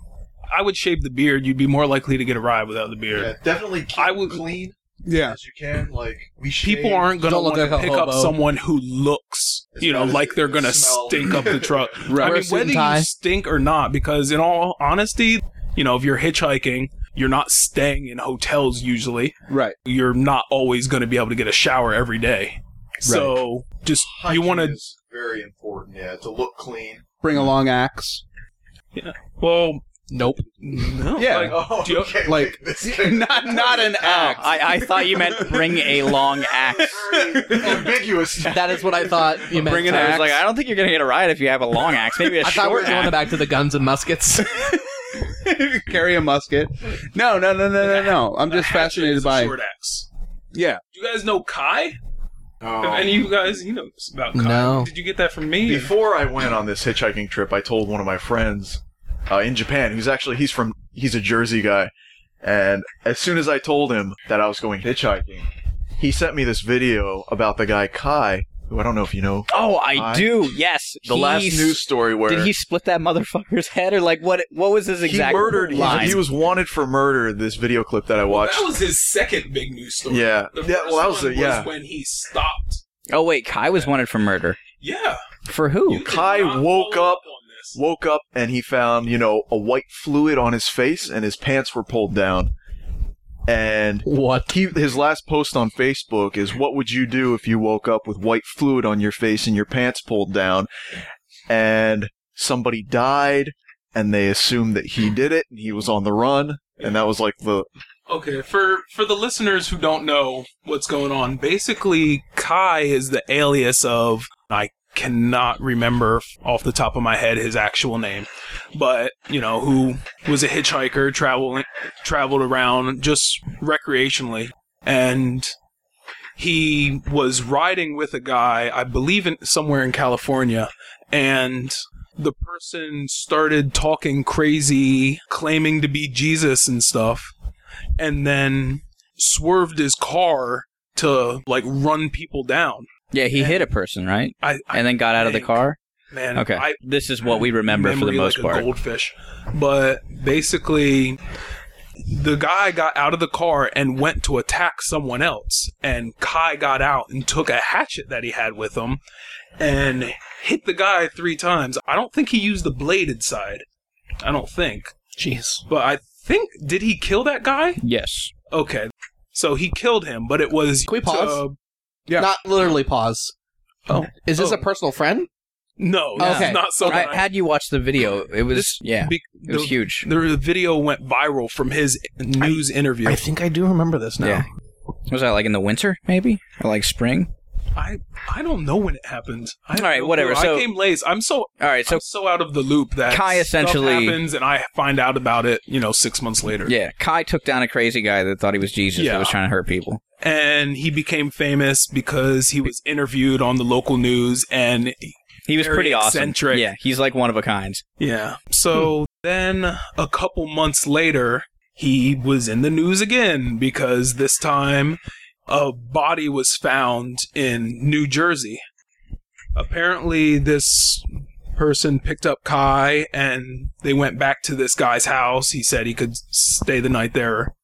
[SPEAKER 2] I would shave the beard. You'd be more likely to get a ride without the beard.
[SPEAKER 7] Yeah, definitely keep
[SPEAKER 2] I
[SPEAKER 7] I
[SPEAKER 2] would-
[SPEAKER 7] clean
[SPEAKER 5] Yeah.
[SPEAKER 7] as you can. Like we shave.
[SPEAKER 2] People aren't gonna
[SPEAKER 4] Don't look
[SPEAKER 2] want to
[SPEAKER 4] like a
[SPEAKER 2] pick up
[SPEAKER 4] hobo.
[SPEAKER 2] someone who looks, you know,
[SPEAKER 7] bad as
[SPEAKER 2] like they're
[SPEAKER 7] the
[SPEAKER 2] gonna
[SPEAKER 7] smell.
[SPEAKER 2] stink up the truck.
[SPEAKER 5] Right.
[SPEAKER 2] I
[SPEAKER 4] Wear
[SPEAKER 2] mean,
[SPEAKER 4] a suit
[SPEAKER 2] whether
[SPEAKER 4] and tie.
[SPEAKER 2] you stink or not, because in all honesty, you know, if you're hitchhiking, you're not staying in hotels usually.
[SPEAKER 5] Right.
[SPEAKER 2] You're not always going to be able to get a shower every day. So just
[SPEAKER 7] Hygiene
[SPEAKER 2] you want to
[SPEAKER 7] is very important. Yeah, to look clean.
[SPEAKER 5] Bring a long axe.
[SPEAKER 2] well
[SPEAKER 4] Nope.
[SPEAKER 2] no
[SPEAKER 5] Yeah.
[SPEAKER 2] like,
[SPEAKER 7] Oh,
[SPEAKER 2] do you-
[SPEAKER 7] okay.
[SPEAKER 5] Like
[SPEAKER 7] this
[SPEAKER 5] not not an axe.
[SPEAKER 1] Oh, I, I thought you meant bring a long axe.
[SPEAKER 7] ambiguous.
[SPEAKER 4] That is what I thought you meant.
[SPEAKER 5] Bring it
[SPEAKER 1] I
[SPEAKER 5] axe.
[SPEAKER 1] was like, I don't think you're gonna get a ride if you have a long axe. Maybe a
[SPEAKER 4] I thought we were
[SPEAKER 1] short
[SPEAKER 4] going
[SPEAKER 1] axe.
[SPEAKER 4] back to the guns and muskets.
[SPEAKER 5] carry a musket. No, no, no, no, no, no. I'm just
[SPEAKER 2] hatchet
[SPEAKER 5] fascinated
[SPEAKER 2] is a
[SPEAKER 5] by
[SPEAKER 2] short axe.
[SPEAKER 5] yeah.
[SPEAKER 2] Do you guys know Kai?
[SPEAKER 7] Oh.
[SPEAKER 2] Have any of you guys you know about Kai?
[SPEAKER 4] No.
[SPEAKER 2] Did you get that from me?
[SPEAKER 6] Before I went on this hitchhiking trip, I told one of my friends uh, in Japan, who's actually he's from he's a Jersey guy, and as soon as I told him that I was going hitchhiking, he sent me this video about the guy Kai, who I don't know if you know.
[SPEAKER 1] Oh, I,
[SPEAKER 6] I-
[SPEAKER 1] do. Yes,
[SPEAKER 6] The last
[SPEAKER 1] He's-
[SPEAKER 6] news story where
[SPEAKER 1] Did he split that motherfucker's head or like what? What was his
[SPEAKER 6] he
[SPEAKER 1] exact
[SPEAKER 6] murdered
[SPEAKER 1] line?
[SPEAKER 6] he was wanted for murder. This video clip that I
[SPEAKER 2] Well,
[SPEAKER 6] watched.
[SPEAKER 2] that was his second big news story.
[SPEAKER 6] yeah,
[SPEAKER 2] The
[SPEAKER 6] yeah.
[SPEAKER 2] first
[SPEAKER 6] Well, that was
[SPEAKER 2] one
[SPEAKER 6] it. Yeah,
[SPEAKER 2] when he stopped.
[SPEAKER 1] oh wait, Kai was wanted for murder.
[SPEAKER 2] Yeah.
[SPEAKER 1] For who?
[SPEAKER 2] You did
[SPEAKER 6] Kai
[SPEAKER 2] not
[SPEAKER 6] woke
[SPEAKER 2] follow
[SPEAKER 6] up-
[SPEAKER 2] on this.
[SPEAKER 6] woke up and he found you know a white fluid on his face and his pants were pulled down, and
[SPEAKER 4] what?
[SPEAKER 6] he, his last post on Facebook is what would you do if you woke up with white fluid on your face and your pants pulled down and somebody died and they assumed that he did it and he was on the run and that was like the
[SPEAKER 2] Okay, for for the listeners who don't know what's going on, basically Kai is the alias of I cannot remember off the top of my head his actual name, but you know who was a hitchhiker traveling traveled around just recreationally and he was riding with a guy I believe in somewhere in California and the person started talking crazy claiming to be Jesus and stuff and then swerved his car to like run people down.
[SPEAKER 1] Yeah, he hit a person, right?
[SPEAKER 2] I, I
[SPEAKER 1] And then got out of the
[SPEAKER 2] think-
[SPEAKER 1] car.
[SPEAKER 2] man,
[SPEAKER 1] Okay,
[SPEAKER 2] I
[SPEAKER 1] this is what we remember for the
[SPEAKER 2] memory
[SPEAKER 1] most
[SPEAKER 2] like
[SPEAKER 1] part.
[SPEAKER 2] a goldfish, but basically, the guy got out of the car and went to attack someone else, and Kai got out and took a hatchet that he had with him and hit the guy three times. I don't think he used the bladed side. I don't think,
[SPEAKER 4] Jeez.
[SPEAKER 2] but I think did he kill that guy?
[SPEAKER 1] Yes.
[SPEAKER 2] Okay. So he killed him, but it was.
[SPEAKER 4] Can we pause?
[SPEAKER 2] uh,
[SPEAKER 5] Yeah.
[SPEAKER 4] Not literally pause.
[SPEAKER 2] Oh.
[SPEAKER 4] Is this
[SPEAKER 2] Oh.
[SPEAKER 4] a personal friend?
[SPEAKER 2] no, this
[SPEAKER 4] Okay.
[SPEAKER 2] is not something.
[SPEAKER 1] Right, had you watched the video, it was
[SPEAKER 2] This-
[SPEAKER 1] yeah,
[SPEAKER 2] be-
[SPEAKER 1] it was
[SPEAKER 2] the-
[SPEAKER 1] huge.
[SPEAKER 2] The video went viral from his news interview.
[SPEAKER 4] think I do remember this
[SPEAKER 1] Yeah. Was that like in the winter, maybe, or like spring?
[SPEAKER 2] I I don't know when it happened. I don't
[SPEAKER 1] All right,
[SPEAKER 2] know.
[SPEAKER 1] whatever,
[SPEAKER 2] I
[SPEAKER 1] so-
[SPEAKER 2] came late. I'm so
[SPEAKER 1] All right, so
[SPEAKER 2] I'm so out of the loop that
[SPEAKER 1] Kai
[SPEAKER 2] stuff
[SPEAKER 1] essentially-
[SPEAKER 2] happens, and I find out about it. You know, six months later.
[SPEAKER 1] yeah, Kai took down a crazy guy that thought he was Jesus that
[SPEAKER 2] Yeah.
[SPEAKER 1] was trying to hurt people.
[SPEAKER 2] and he became famous because he was interviewed on the local news, and
[SPEAKER 1] He was
[SPEAKER 2] Very
[SPEAKER 1] pretty awesome.
[SPEAKER 2] eccentric.
[SPEAKER 1] Yeah, he's like one of a kind.
[SPEAKER 2] Yeah. So then a couple months later, he was in the news again because this time a body was found in New Jersey. Apparently, this person picked up Kai and they went back to this guy's house. He said he could stay the night there.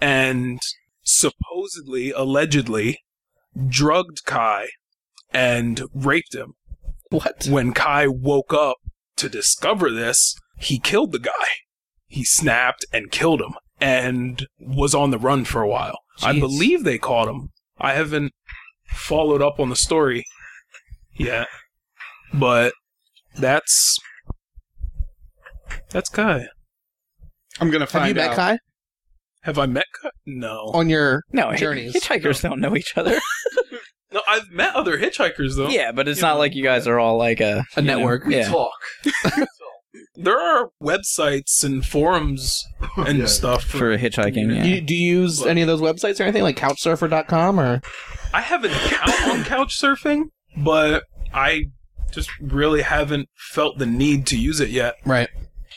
[SPEAKER 2] And supposedly, allegedly, drugged Kai and raped him
[SPEAKER 4] What?
[SPEAKER 2] when Kai woke up to discover this, he killed the guy. He snapped and killed him and was on the run for a while. I
[SPEAKER 4] Jeez.
[SPEAKER 2] believe they caught him. I haven't followed up on the story yet, but that's that's Kai.
[SPEAKER 5] I'm gonna
[SPEAKER 4] Have
[SPEAKER 5] find
[SPEAKER 4] you met
[SPEAKER 5] out.
[SPEAKER 4] Kai
[SPEAKER 2] Have I met Kai? No.
[SPEAKER 4] on your?
[SPEAKER 1] No,
[SPEAKER 4] Journeys.
[SPEAKER 1] hitchhikers don't know each other.
[SPEAKER 2] No, I've met other hitchhikers though.
[SPEAKER 1] yeah, but it's
[SPEAKER 2] You
[SPEAKER 1] not
[SPEAKER 2] know,
[SPEAKER 1] like you guys are all like uh, a
[SPEAKER 4] A
[SPEAKER 1] you know,
[SPEAKER 4] network.
[SPEAKER 1] yeah.
[SPEAKER 7] Talk.
[SPEAKER 2] There are websites and forums and
[SPEAKER 7] Yeah.
[SPEAKER 2] stuff for
[SPEAKER 1] for hitchhiking. Yeah.
[SPEAKER 4] You, do you use any of those websites or anything like Couchsurfer.com or?
[SPEAKER 2] I have an account on couch surfing, but I just really haven't felt the need to use it yet.
[SPEAKER 4] Right.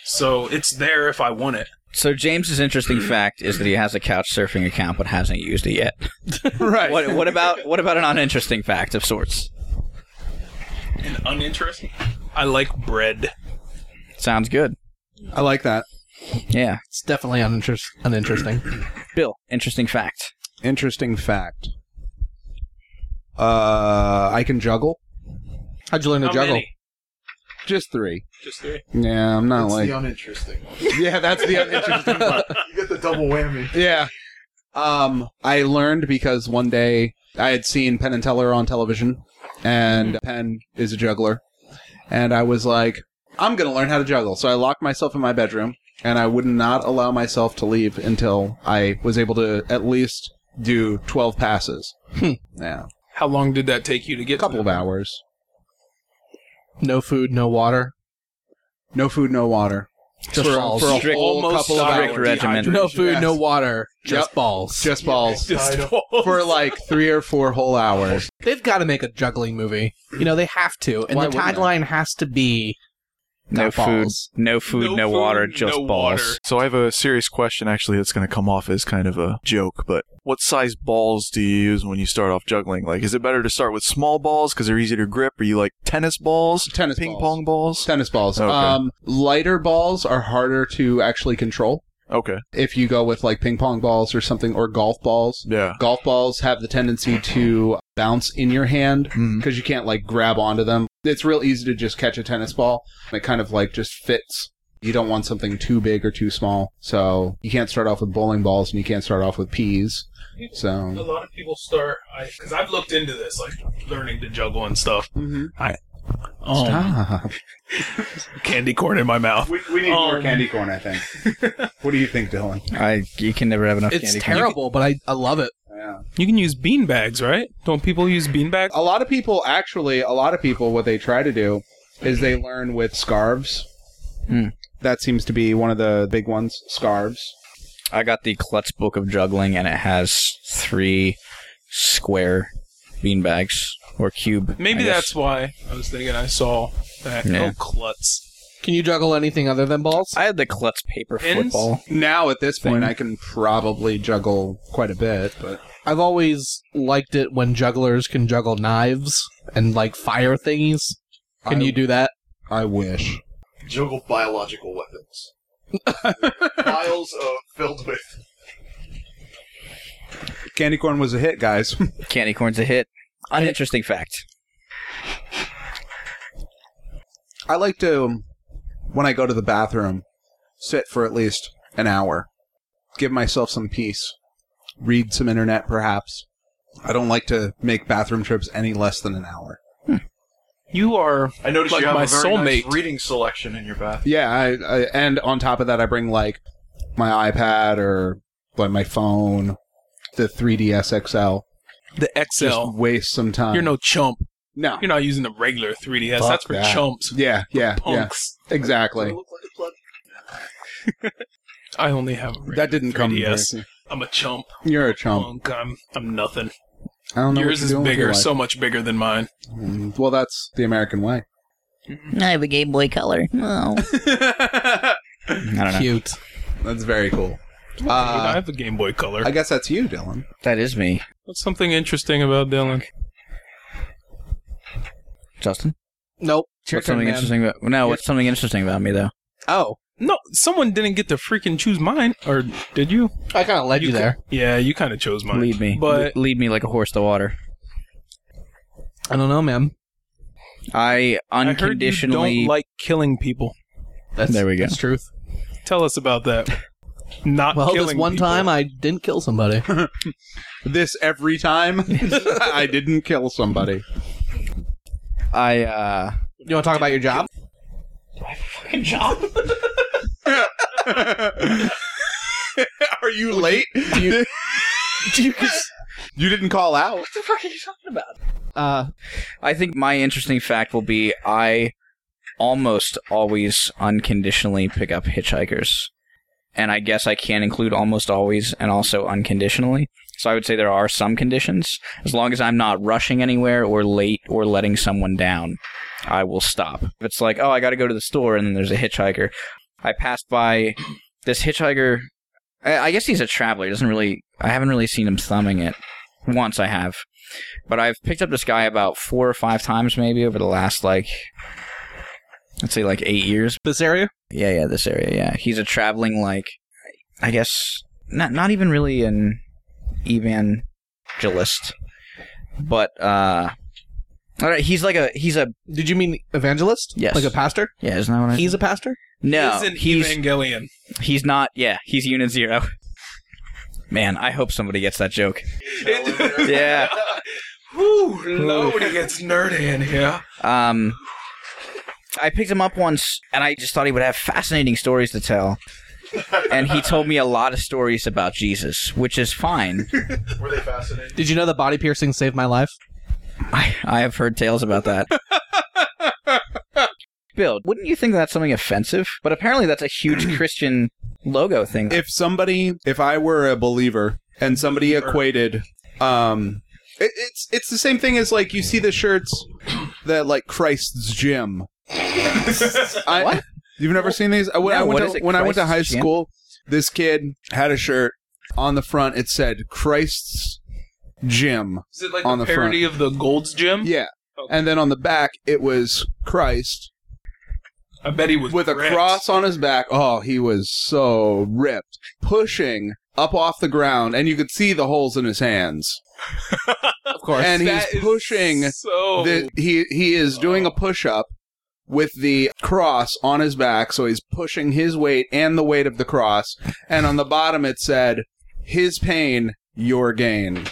[SPEAKER 2] So it's there if I want it.
[SPEAKER 1] So James's interesting fact is that he has a couch surfing account but hasn't used it yet.
[SPEAKER 4] Right.
[SPEAKER 1] What, what about what about an uninteresting fact of sorts?
[SPEAKER 2] And uninteresting. I like bread.
[SPEAKER 1] Sounds good.
[SPEAKER 5] I like that.
[SPEAKER 1] Yeah.
[SPEAKER 4] It's definitely uninterest- uninteresting.
[SPEAKER 1] Bill, interesting fact.
[SPEAKER 5] Interesting fact. Uh, I can juggle.
[SPEAKER 4] How'd you learn to
[SPEAKER 2] How
[SPEAKER 4] juggle?
[SPEAKER 2] many?
[SPEAKER 5] Just three.
[SPEAKER 2] Just three.
[SPEAKER 5] Yeah, I'm not
[SPEAKER 7] That's
[SPEAKER 5] like.
[SPEAKER 7] the uninteresting one.
[SPEAKER 5] yeah, that's the uninteresting part.
[SPEAKER 7] You get the double whammy.
[SPEAKER 5] Yeah. Um, I learned because one day I had seen Penn and Teller on television, and
[SPEAKER 6] Mm-hmm.
[SPEAKER 5] Penn is a juggler, and I was like, I'm gonna learn how to juggle. So I locked myself in my bedroom, and I would not allow myself to leave until I was able to at least do 12 passes.
[SPEAKER 6] Hmm.
[SPEAKER 5] Yeah,
[SPEAKER 2] How long did that take you to get?
[SPEAKER 5] a couple of hours.
[SPEAKER 4] No food, no water.
[SPEAKER 5] No food, no water.
[SPEAKER 4] Just
[SPEAKER 5] for,
[SPEAKER 4] balls.
[SPEAKER 5] for a
[SPEAKER 1] Strict-
[SPEAKER 5] whole
[SPEAKER 2] almost
[SPEAKER 5] couple of
[SPEAKER 1] strict
[SPEAKER 5] hours.
[SPEAKER 1] regimen.
[SPEAKER 4] no food,
[SPEAKER 5] Yes.
[SPEAKER 4] no water. Just
[SPEAKER 5] Yep.
[SPEAKER 4] balls.
[SPEAKER 5] Just balls.
[SPEAKER 2] Just
[SPEAKER 5] For like three or four whole hours.
[SPEAKER 4] They've got to make a juggling movie. You know they have to, and
[SPEAKER 5] Why
[SPEAKER 4] the
[SPEAKER 5] wouldn't they?
[SPEAKER 4] tagline has to be
[SPEAKER 1] No
[SPEAKER 4] Got
[SPEAKER 1] food,
[SPEAKER 4] balls.
[SPEAKER 1] no food, no,
[SPEAKER 2] No food,
[SPEAKER 1] water,
[SPEAKER 2] no
[SPEAKER 1] just balls.
[SPEAKER 2] water.
[SPEAKER 6] So I have a serious question actually that's going to come off as kind of a joke, but what size balls do you use when you start off juggling? Like is it better to start with small balls cuz they're easier to grip? Are you like tennis balls?
[SPEAKER 5] Tennis
[SPEAKER 6] ping
[SPEAKER 5] balls.
[SPEAKER 6] pong balls?
[SPEAKER 5] Tennis balls.
[SPEAKER 6] Okay.
[SPEAKER 5] Um, lighter balls are harder to actually control.
[SPEAKER 6] okay.
[SPEAKER 5] If you go with like ping pong balls or something, or golf balls,
[SPEAKER 6] Yeah.
[SPEAKER 5] golf balls have the tendency to bounce in your hand
[SPEAKER 6] Mhm.
[SPEAKER 5] because you can't like grab onto them. It's real easy to just catch a tennis ball. It kind of like just fits. You don't want something too big or too small. So you can't start off with bowling balls and you can't start off with peas.
[SPEAKER 2] A
[SPEAKER 5] So.
[SPEAKER 2] lot of people start because I've looked into this, like learning to juggle and stuff. Um,
[SPEAKER 5] Stop.
[SPEAKER 2] Candy corn in my mouth.
[SPEAKER 5] We, we need
[SPEAKER 2] more Um, candy
[SPEAKER 5] corn, I think. what do you think, Dylan?
[SPEAKER 1] I you can never have enough
[SPEAKER 4] it's
[SPEAKER 1] candy corn.
[SPEAKER 4] terrible, but I, I love it.
[SPEAKER 5] Yeah.
[SPEAKER 2] You can use bean bags, right? Don't people use bean bags?
[SPEAKER 5] A lot of people, actually, a lot of people, what they try to do is they learn with scarves.
[SPEAKER 1] Hmm.
[SPEAKER 5] That seems to be one of the big ones. Scarves.
[SPEAKER 1] I got the Klutz book of juggling and it has three square bean bags or cube.
[SPEAKER 2] Maybe
[SPEAKER 1] I
[SPEAKER 2] that's
[SPEAKER 1] guess.
[SPEAKER 2] why I was thinking I saw that.
[SPEAKER 1] Yeah.
[SPEAKER 2] Oh, klutz.
[SPEAKER 4] Can you juggle anything other than balls?
[SPEAKER 1] I had the Klutz paper
[SPEAKER 2] Pins?
[SPEAKER 1] football.
[SPEAKER 5] Now at this point,
[SPEAKER 1] Thing.
[SPEAKER 5] I can probably juggle quite a bit, but
[SPEAKER 4] I've always liked it when jugglers can juggle knives and like fire thingies. Can
[SPEAKER 5] I-
[SPEAKER 4] you do that?
[SPEAKER 5] I wish.
[SPEAKER 7] Juggle biological weapons. Piles of filled with.
[SPEAKER 5] Candy corn was a hit, guys.
[SPEAKER 1] Candy corn's a hit. Uninteresting fact.
[SPEAKER 5] I like to, um, when I go to the bathroom, sit for at least an hour, give myself some peace, read some internet perhaps. I don't like to make bathroom trips any less than an hour.
[SPEAKER 2] You are
[SPEAKER 7] I noticed
[SPEAKER 2] Like
[SPEAKER 7] you have
[SPEAKER 2] my
[SPEAKER 7] a very nice
[SPEAKER 2] soulmate.
[SPEAKER 7] reading selection in your bath.
[SPEAKER 5] Yeah, I, I and on top of that, I bring like my iPad or like my phone, the 3ds XL.
[SPEAKER 2] The
[SPEAKER 5] Just
[SPEAKER 2] XL.
[SPEAKER 5] waste some time.
[SPEAKER 2] You're no chump.
[SPEAKER 5] no.
[SPEAKER 2] You're not using the regular 3DS.
[SPEAKER 5] Fuck
[SPEAKER 2] That's for
[SPEAKER 5] that.
[SPEAKER 2] chumps.
[SPEAKER 5] yeah, yeah, yeah.
[SPEAKER 2] Punks.
[SPEAKER 5] Exactly.
[SPEAKER 7] look like a plug.
[SPEAKER 2] I only have a regular
[SPEAKER 5] That didn't come.
[SPEAKER 2] 3DS. I'm a chump.
[SPEAKER 5] You're a chump.
[SPEAKER 2] Punk. I'm I'm nothing.
[SPEAKER 5] I don't know.
[SPEAKER 2] Yours
[SPEAKER 5] what
[SPEAKER 2] is
[SPEAKER 5] you're doing with your
[SPEAKER 2] bigger,
[SPEAKER 5] life.
[SPEAKER 2] so much bigger than mine.
[SPEAKER 5] Mm, well, that's the American way.
[SPEAKER 8] I have a Game Boy Color. Oh.
[SPEAKER 1] I don't know.
[SPEAKER 4] Cute.
[SPEAKER 5] That's very cool.
[SPEAKER 2] Dude, I
[SPEAKER 5] Uh,
[SPEAKER 2] have a Game Boy Color.
[SPEAKER 5] I guess that's you, Dylan.
[SPEAKER 1] That is me,
[SPEAKER 2] What's something interesting about Dylan?
[SPEAKER 1] Justin.
[SPEAKER 4] Nope.
[SPEAKER 1] what's something interesting about? No, what's something interesting about me though?
[SPEAKER 4] Oh,
[SPEAKER 2] No, someone didn't get to freaking choose mine, or did you?
[SPEAKER 4] I kind of led you,
[SPEAKER 2] ca-
[SPEAKER 4] there.
[SPEAKER 2] Yeah, you kind of chose mine.
[SPEAKER 1] Lead me,
[SPEAKER 2] But
[SPEAKER 1] Le- lead me like a horse to water.
[SPEAKER 4] I don't know, man.
[SPEAKER 1] I
[SPEAKER 2] I heard you don't
[SPEAKER 1] unconditionally.
[SPEAKER 2] like killing people.
[SPEAKER 4] That's,
[SPEAKER 1] There we go.
[SPEAKER 4] That's truth.
[SPEAKER 2] Tell us about that. Not
[SPEAKER 4] Well,
[SPEAKER 2] killing
[SPEAKER 4] this one
[SPEAKER 2] people.
[SPEAKER 4] time uh, I didn't kill somebody.
[SPEAKER 5] This every time I didn't kill somebody.
[SPEAKER 1] I uh,
[SPEAKER 4] You want to talk about your job?
[SPEAKER 5] Are you late? You, you didn't call out.
[SPEAKER 4] Uh,
[SPEAKER 1] I think my interesting fact will be I almost always unconditionally pick up hitchhikers. And I guess I can include almost always and also unconditionally. So I would say there are some conditions. As long as I'm not rushing anywhere or late or letting someone down, I will stop. If it's like, oh, I got to go to the store and then there's a hitchhiker, I passed by this hitchhiker. I I guess he's a traveler. He doesn't really. I haven't really seen him thumbing it. Once I have but I've picked up this guy about four or five times maybe over the last like let's say like eight years.
[SPEAKER 4] this area?
[SPEAKER 1] Yeah, yeah, this area, yeah. He's a traveling like I guess not not even really an evangelist. But uh all right, he's like a he's a
[SPEAKER 4] Did you mean evangelist?
[SPEAKER 1] Yes.
[SPEAKER 4] Like a pastor?
[SPEAKER 1] yeah, isn't that what I
[SPEAKER 4] He's a pastor?
[SPEAKER 1] No
[SPEAKER 2] He's an
[SPEAKER 1] he's
[SPEAKER 2] Evangelion.
[SPEAKER 1] he's not yeah, he's unit zero. Man, I hope somebody gets that joke. yeah.
[SPEAKER 2] Whew, Lord, it gets nerdy in here.
[SPEAKER 1] Um, I picked him up once, and I just thought he would have fascinating stories to tell. and he told me a lot of stories about Jesus, which is fine.
[SPEAKER 7] Were they fascinating?
[SPEAKER 4] Did you know that body piercing saved my life?
[SPEAKER 1] I, I have heard tales about that. Bill, wouldn't you think that's something offensive? But apparently, that's a huge Christian logo thing.
[SPEAKER 5] If somebody, if I were a believer and somebody equated, um, it, it's it's the same thing as like you see the shirts that like Christ's gym. I,
[SPEAKER 1] What?
[SPEAKER 5] You've never seen these? I, when
[SPEAKER 1] No,
[SPEAKER 5] I
[SPEAKER 1] what
[SPEAKER 5] went
[SPEAKER 1] is
[SPEAKER 5] to,
[SPEAKER 1] it,
[SPEAKER 5] when I went to high
[SPEAKER 1] Christ's gym?
[SPEAKER 5] school, this kid had a shirt on the front. It said Christ's gym.
[SPEAKER 1] Mm-hmm.
[SPEAKER 2] Is it like
[SPEAKER 5] On
[SPEAKER 2] a
[SPEAKER 5] the front.
[SPEAKER 2] parody of the Gold's Gym?
[SPEAKER 5] Yeah.
[SPEAKER 2] Okay.
[SPEAKER 5] And then on the back, it was Christ
[SPEAKER 2] I bet he was
[SPEAKER 5] with a
[SPEAKER 2] ripped.
[SPEAKER 5] cross on his back. Oh, he was so ripped, pushing up off the ground, and you could see the holes in his hands.
[SPEAKER 4] Of course.
[SPEAKER 5] And he's
[SPEAKER 2] That is
[SPEAKER 5] pushing.
[SPEAKER 2] So Oh.
[SPEAKER 5] The, he he is doing a push up with the cross on his back, so he's pushing his weight and the weight of the cross. And on the bottom, it said, "His pain, your gain."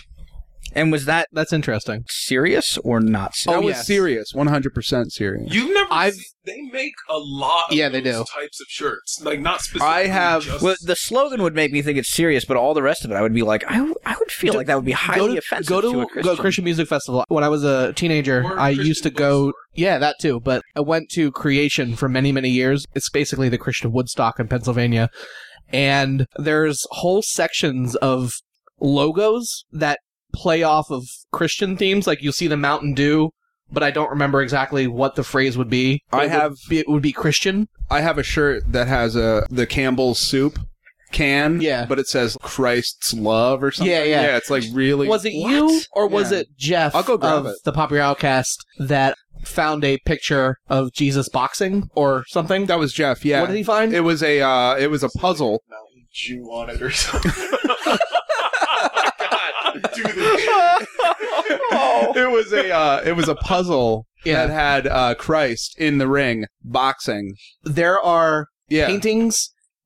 [SPEAKER 1] and was that
[SPEAKER 4] That's interesting.
[SPEAKER 1] serious or not
[SPEAKER 5] That
[SPEAKER 1] serious?
[SPEAKER 5] was
[SPEAKER 4] Oh, yes.
[SPEAKER 5] serious, one hundred percent serious.
[SPEAKER 2] You've never.
[SPEAKER 4] I've-
[SPEAKER 2] seen- they make a lot. Of
[SPEAKER 4] Yeah, they
[SPEAKER 2] those Types of shirts, like not specifically.
[SPEAKER 5] I have-
[SPEAKER 2] just-
[SPEAKER 1] Well, Oh, the slogan would make me think it's serious, but all the rest of it, I would be like, I, w- I would feel
[SPEAKER 4] Go-
[SPEAKER 1] like that would be highly
[SPEAKER 4] go to,
[SPEAKER 1] offensive
[SPEAKER 4] go to,
[SPEAKER 1] to a
[SPEAKER 4] go to Christian music festival. When I was a teenager,
[SPEAKER 2] Or a
[SPEAKER 4] I
[SPEAKER 2] Christian
[SPEAKER 4] used to go.
[SPEAKER 2] bookstore.
[SPEAKER 4] Yeah, that too. But I went to Creation for many, many years. It's basically the Christian Woodstock in Pennsylvania, and there's whole sections of logos that play off of Christian themes. Like you see the Mountain Dew, but I don't remember exactly what the phrase would be.
[SPEAKER 5] I
[SPEAKER 4] It would
[SPEAKER 5] have-
[SPEAKER 4] be, it would be Christian.
[SPEAKER 5] I have a shirt that has a the Campbell's soup can,
[SPEAKER 4] Yeah.
[SPEAKER 5] but it says Christ's love or something.
[SPEAKER 4] Yeah, yeah.
[SPEAKER 5] yeah. It's like really.
[SPEAKER 4] Was it you or was
[SPEAKER 5] Yeah.
[SPEAKER 4] it Jeff
[SPEAKER 5] I'll go grab
[SPEAKER 4] of
[SPEAKER 5] it.
[SPEAKER 4] the Popular Outcast that found a picture of Jesus boxing or something?
[SPEAKER 5] that was Jeff? Yeah.
[SPEAKER 4] What did he find?
[SPEAKER 5] it was a uh, it was a puzzle.
[SPEAKER 7] Mountain Jew on it or something. Oh
[SPEAKER 5] It was a uh, it was a puzzle that
[SPEAKER 4] Oh. yeah.
[SPEAKER 5] had uh, Christ in the ring boxing.
[SPEAKER 4] There are
[SPEAKER 5] Yeah,
[SPEAKER 4] paintings.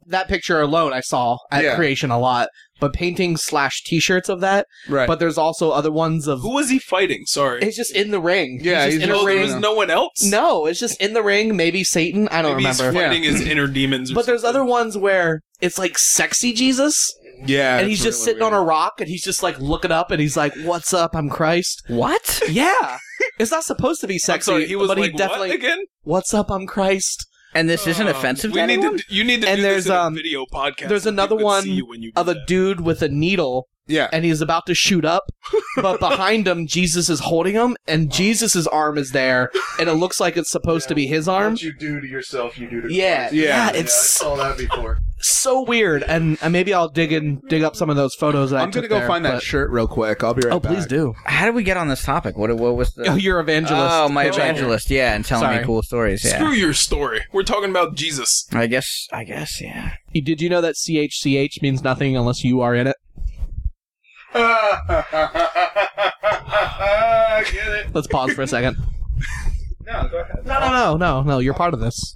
[SPEAKER 4] That picture alone I saw at
[SPEAKER 5] Yeah.
[SPEAKER 4] Creation a lot, but paintings slash t shirts of that.
[SPEAKER 5] right.
[SPEAKER 4] But there's also other ones of.
[SPEAKER 2] Who was he fighting? Sorry.
[SPEAKER 4] It's just in the ring.
[SPEAKER 5] Yeah,
[SPEAKER 4] He's
[SPEAKER 5] he's
[SPEAKER 4] just in
[SPEAKER 2] oh,
[SPEAKER 4] a
[SPEAKER 2] there
[SPEAKER 4] ring.
[SPEAKER 2] was no one else.
[SPEAKER 4] No, it's just in the ring. Maybe Satan. I don't
[SPEAKER 2] Maybe
[SPEAKER 4] remember.
[SPEAKER 2] he's fighting his inner demons. Or
[SPEAKER 4] But there's
[SPEAKER 2] something.
[SPEAKER 4] other ones where it's like sexy Jesus,
[SPEAKER 5] Yeah,
[SPEAKER 4] and he's just sitting on a rock and he's just like looking up and he's like, "What's up? I'm Christ." What? Yeah, it's not supposed to be
[SPEAKER 2] I'm
[SPEAKER 4] sexy,
[SPEAKER 2] sorry, he was
[SPEAKER 4] but
[SPEAKER 2] like,
[SPEAKER 4] he definitely.
[SPEAKER 2] what again?
[SPEAKER 4] What's up? I'm Christ.
[SPEAKER 9] And this isn't
[SPEAKER 2] Uh,
[SPEAKER 9] offensive
[SPEAKER 2] we
[SPEAKER 9] to
[SPEAKER 2] need
[SPEAKER 9] anyone?
[SPEAKER 2] To, you need to
[SPEAKER 4] And
[SPEAKER 2] do
[SPEAKER 4] there's,
[SPEAKER 2] this in
[SPEAKER 4] um,
[SPEAKER 2] a video podcast.
[SPEAKER 4] there's
[SPEAKER 2] so
[SPEAKER 4] another
[SPEAKER 2] people can
[SPEAKER 4] one
[SPEAKER 2] see you when you do
[SPEAKER 4] Of a
[SPEAKER 2] that.
[SPEAKER 4] dude with a needle
[SPEAKER 5] Yeah,
[SPEAKER 4] and he's about to shoot up, but behind him, Jesus is holding him, and Jesus' arm is there, and it looks like it's supposed to be his arm.
[SPEAKER 6] What you do to yourself, you do to
[SPEAKER 4] Yeah,
[SPEAKER 6] Christ.
[SPEAKER 5] Yeah.
[SPEAKER 4] yeah,
[SPEAKER 6] Yeah,
[SPEAKER 4] it's
[SPEAKER 6] I saw that before.
[SPEAKER 4] so weird, and and maybe I'll dig in, dig up some of those photos. That I
[SPEAKER 5] I'm gonna
[SPEAKER 4] took
[SPEAKER 5] go
[SPEAKER 4] there,
[SPEAKER 5] find that
[SPEAKER 4] but-
[SPEAKER 5] shirt real quick. I'll be right
[SPEAKER 4] oh,
[SPEAKER 5] back.
[SPEAKER 4] please do.
[SPEAKER 9] How did we get on this topic? What what was the
[SPEAKER 4] Oh, your evangelist.
[SPEAKER 9] Oh, my
[SPEAKER 4] Which I-
[SPEAKER 9] evangelist, yeah, and telling
[SPEAKER 4] Sorry.
[SPEAKER 9] me cool stories, yeah.
[SPEAKER 2] Screw your story. We're talking about Jesus.
[SPEAKER 9] I guess I guess, yeah.
[SPEAKER 4] You- Did you know that CHCH means nothing unless you are in it?
[SPEAKER 6] Get it?
[SPEAKER 4] Let's pause for a second.
[SPEAKER 6] No, go ahead.
[SPEAKER 4] No, no, no, no, no. You're part of this.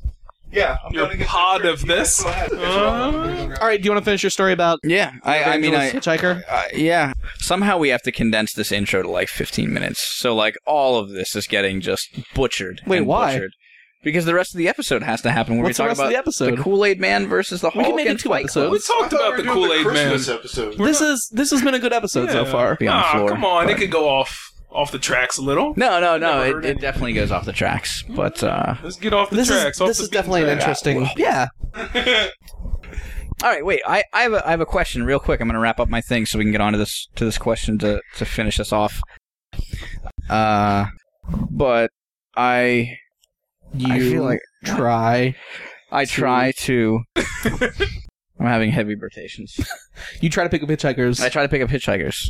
[SPEAKER 6] Yeah, I'm
[SPEAKER 2] Your
[SPEAKER 6] gonna get
[SPEAKER 2] pod
[SPEAKER 6] the-
[SPEAKER 2] of this?
[SPEAKER 6] Go ahead.
[SPEAKER 2] Uh,
[SPEAKER 4] All right. Do you want to finish your story about?
[SPEAKER 9] Yeah, I, I mean I,
[SPEAKER 4] evangelist hitchhiker.
[SPEAKER 9] I yeah. Somehow we have to condense this intro to like 15 minutes. So like all of this is getting just butchered.
[SPEAKER 4] Wait,
[SPEAKER 9] and
[SPEAKER 4] why?
[SPEAKER 9] Butchered. Because the rest of the episode has to happen where
[SPEAKER 4] What's the
[SPEAKER 9] we talk
[SPEAKER 4] rest of
[SPEAKER 9] about
[SPEAKER 4] the episode?
[SPEAKER 9] Kool Aid Man versus the Hulk.
[SPEAKER 4] We can make it
[SPEAKER 9] and
[SPEAKER 4] two
[SPEAKER 9] Fight Club.
[SPEAKER 2] we
[SPEAKER 4] episodes.
[SPEAKER 6] I
[SPEAKER 2] talked about
[SPEAKER 6] thought we
[SPEAKER 2] the
[SPEAKER 6] were doing
[SPEAKER 2] Kool Aid Man.
[SPEAKER 6] Christmas episode.
[SPEAKER 4] This is this has been a good episode so
[SPEAKER 2] Yeah.
[SPEAKER 4] far.
[SPEAKER 9] Be on the
[SPEAKER 2] Ah,
[SPEAKER 9] floor,
[SPEAKER 2] come on,
[SPEAKER 9] but-
[SPEAKER 2] it could go off off the tracks a little.
[SPEAKER 9] No, no, no.
[SPEAKER 2] Never heard
[SPEAKER 9] It, it
[SPEAKER 2] anything.
[SPEAKER 9] definitely goes off the tracks, but uh,
[SPEAKER 2] Let's get off the
[SPEAKER 4] This
[SPEAKER 2] tracks.
[SPEAKER 4] is
[SPEAKER 2] off
[SPEAKER 4] this
[SPEAKER 2] the
[SPEAKER 4] is
[SPEAKER 2] beaten
[SPEAKER 4] definitely an
[SPEAKER 2] track.
[SPEAKER 4] interesting. Yeah.
[SPEAKER 9] All right, wait. I, I have a, I have a question real quick. I'm going to wrap up my thing so we can get on to this to this question to to finish this off. Uh, but I
[SPEAKER 4] You
[SPEAKER 9] I feel like
[SPEAKER 4] try.
[SPEAKER 9] I try to. I'm having heavy rotations.
[SPEAKER 4] You try to pick up hitchhikers.
[SPEAKER 9] I try to pick up hitchhikers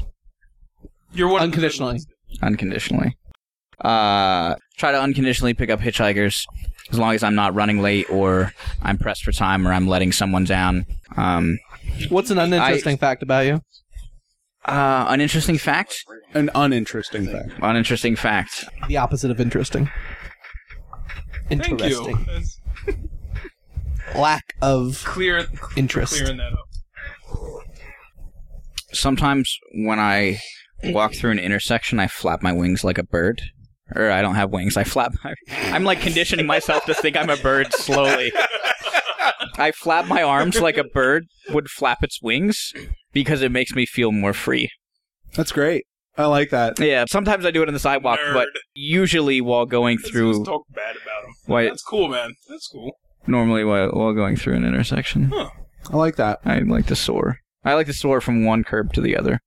[SPEAKER 2] You're one of the good
[SPEAKER 4] Unconditionally.
[SPEAKER 2] ones.
[SPEAKER 9] unconditionally. Uh, try to unconditionally pick up hitchhikers as long as I'm not running late or I'm pressed for time or I'm letting someone down. Um,
[SPEAKER 4] What's an uninteresting fact about you?
[SPEAKER 9] uh, uninteresting fact.
[SPEAKER 5] An uninteresting fact.
[SPEAKER 9] Uninteresting fact.
[SPEAKER 4] The opposite of interesting.
[SPEAKER 2] Thank
[SPEAKER 4] Interesting.
[SPEAKER 2] you. That's
[SPEAKER 4] Lack of
[SPEAKER 2] clear,
[SPEAKER 4] interest.
[SPEAKER 2] clearing that up.
[SPEAKER 9] sometimes when I walk through an intersection, I flap my wings like a bird. Or I don't have wings. I flap my. I'm like conditioning myself to think I'm a bird slowly. I flap my arms like a bird would flap its wings because it makes me feel more free.
[SPEAKER 5] That's great. I like that.
[SPEAKER 9] Yeah, sometimes I do it on the sidewalk, but
[SPEAKER 2] Nerd.
[SPEAKER 9] usually while going
[SPEAKER 2] Let's
[SPEAKER 9] through,
[SPEAKER 2] just talk bad about him.
[SPEAKER 9] why
[SPEAKER 2] That's cool, man. That's cool.
[SPEAKER 9] normally while, while going through an intersection,
[SPEAKER 5] I like that.
[SPEAKER 9] I like to soar. I like to soar from one curb to the other.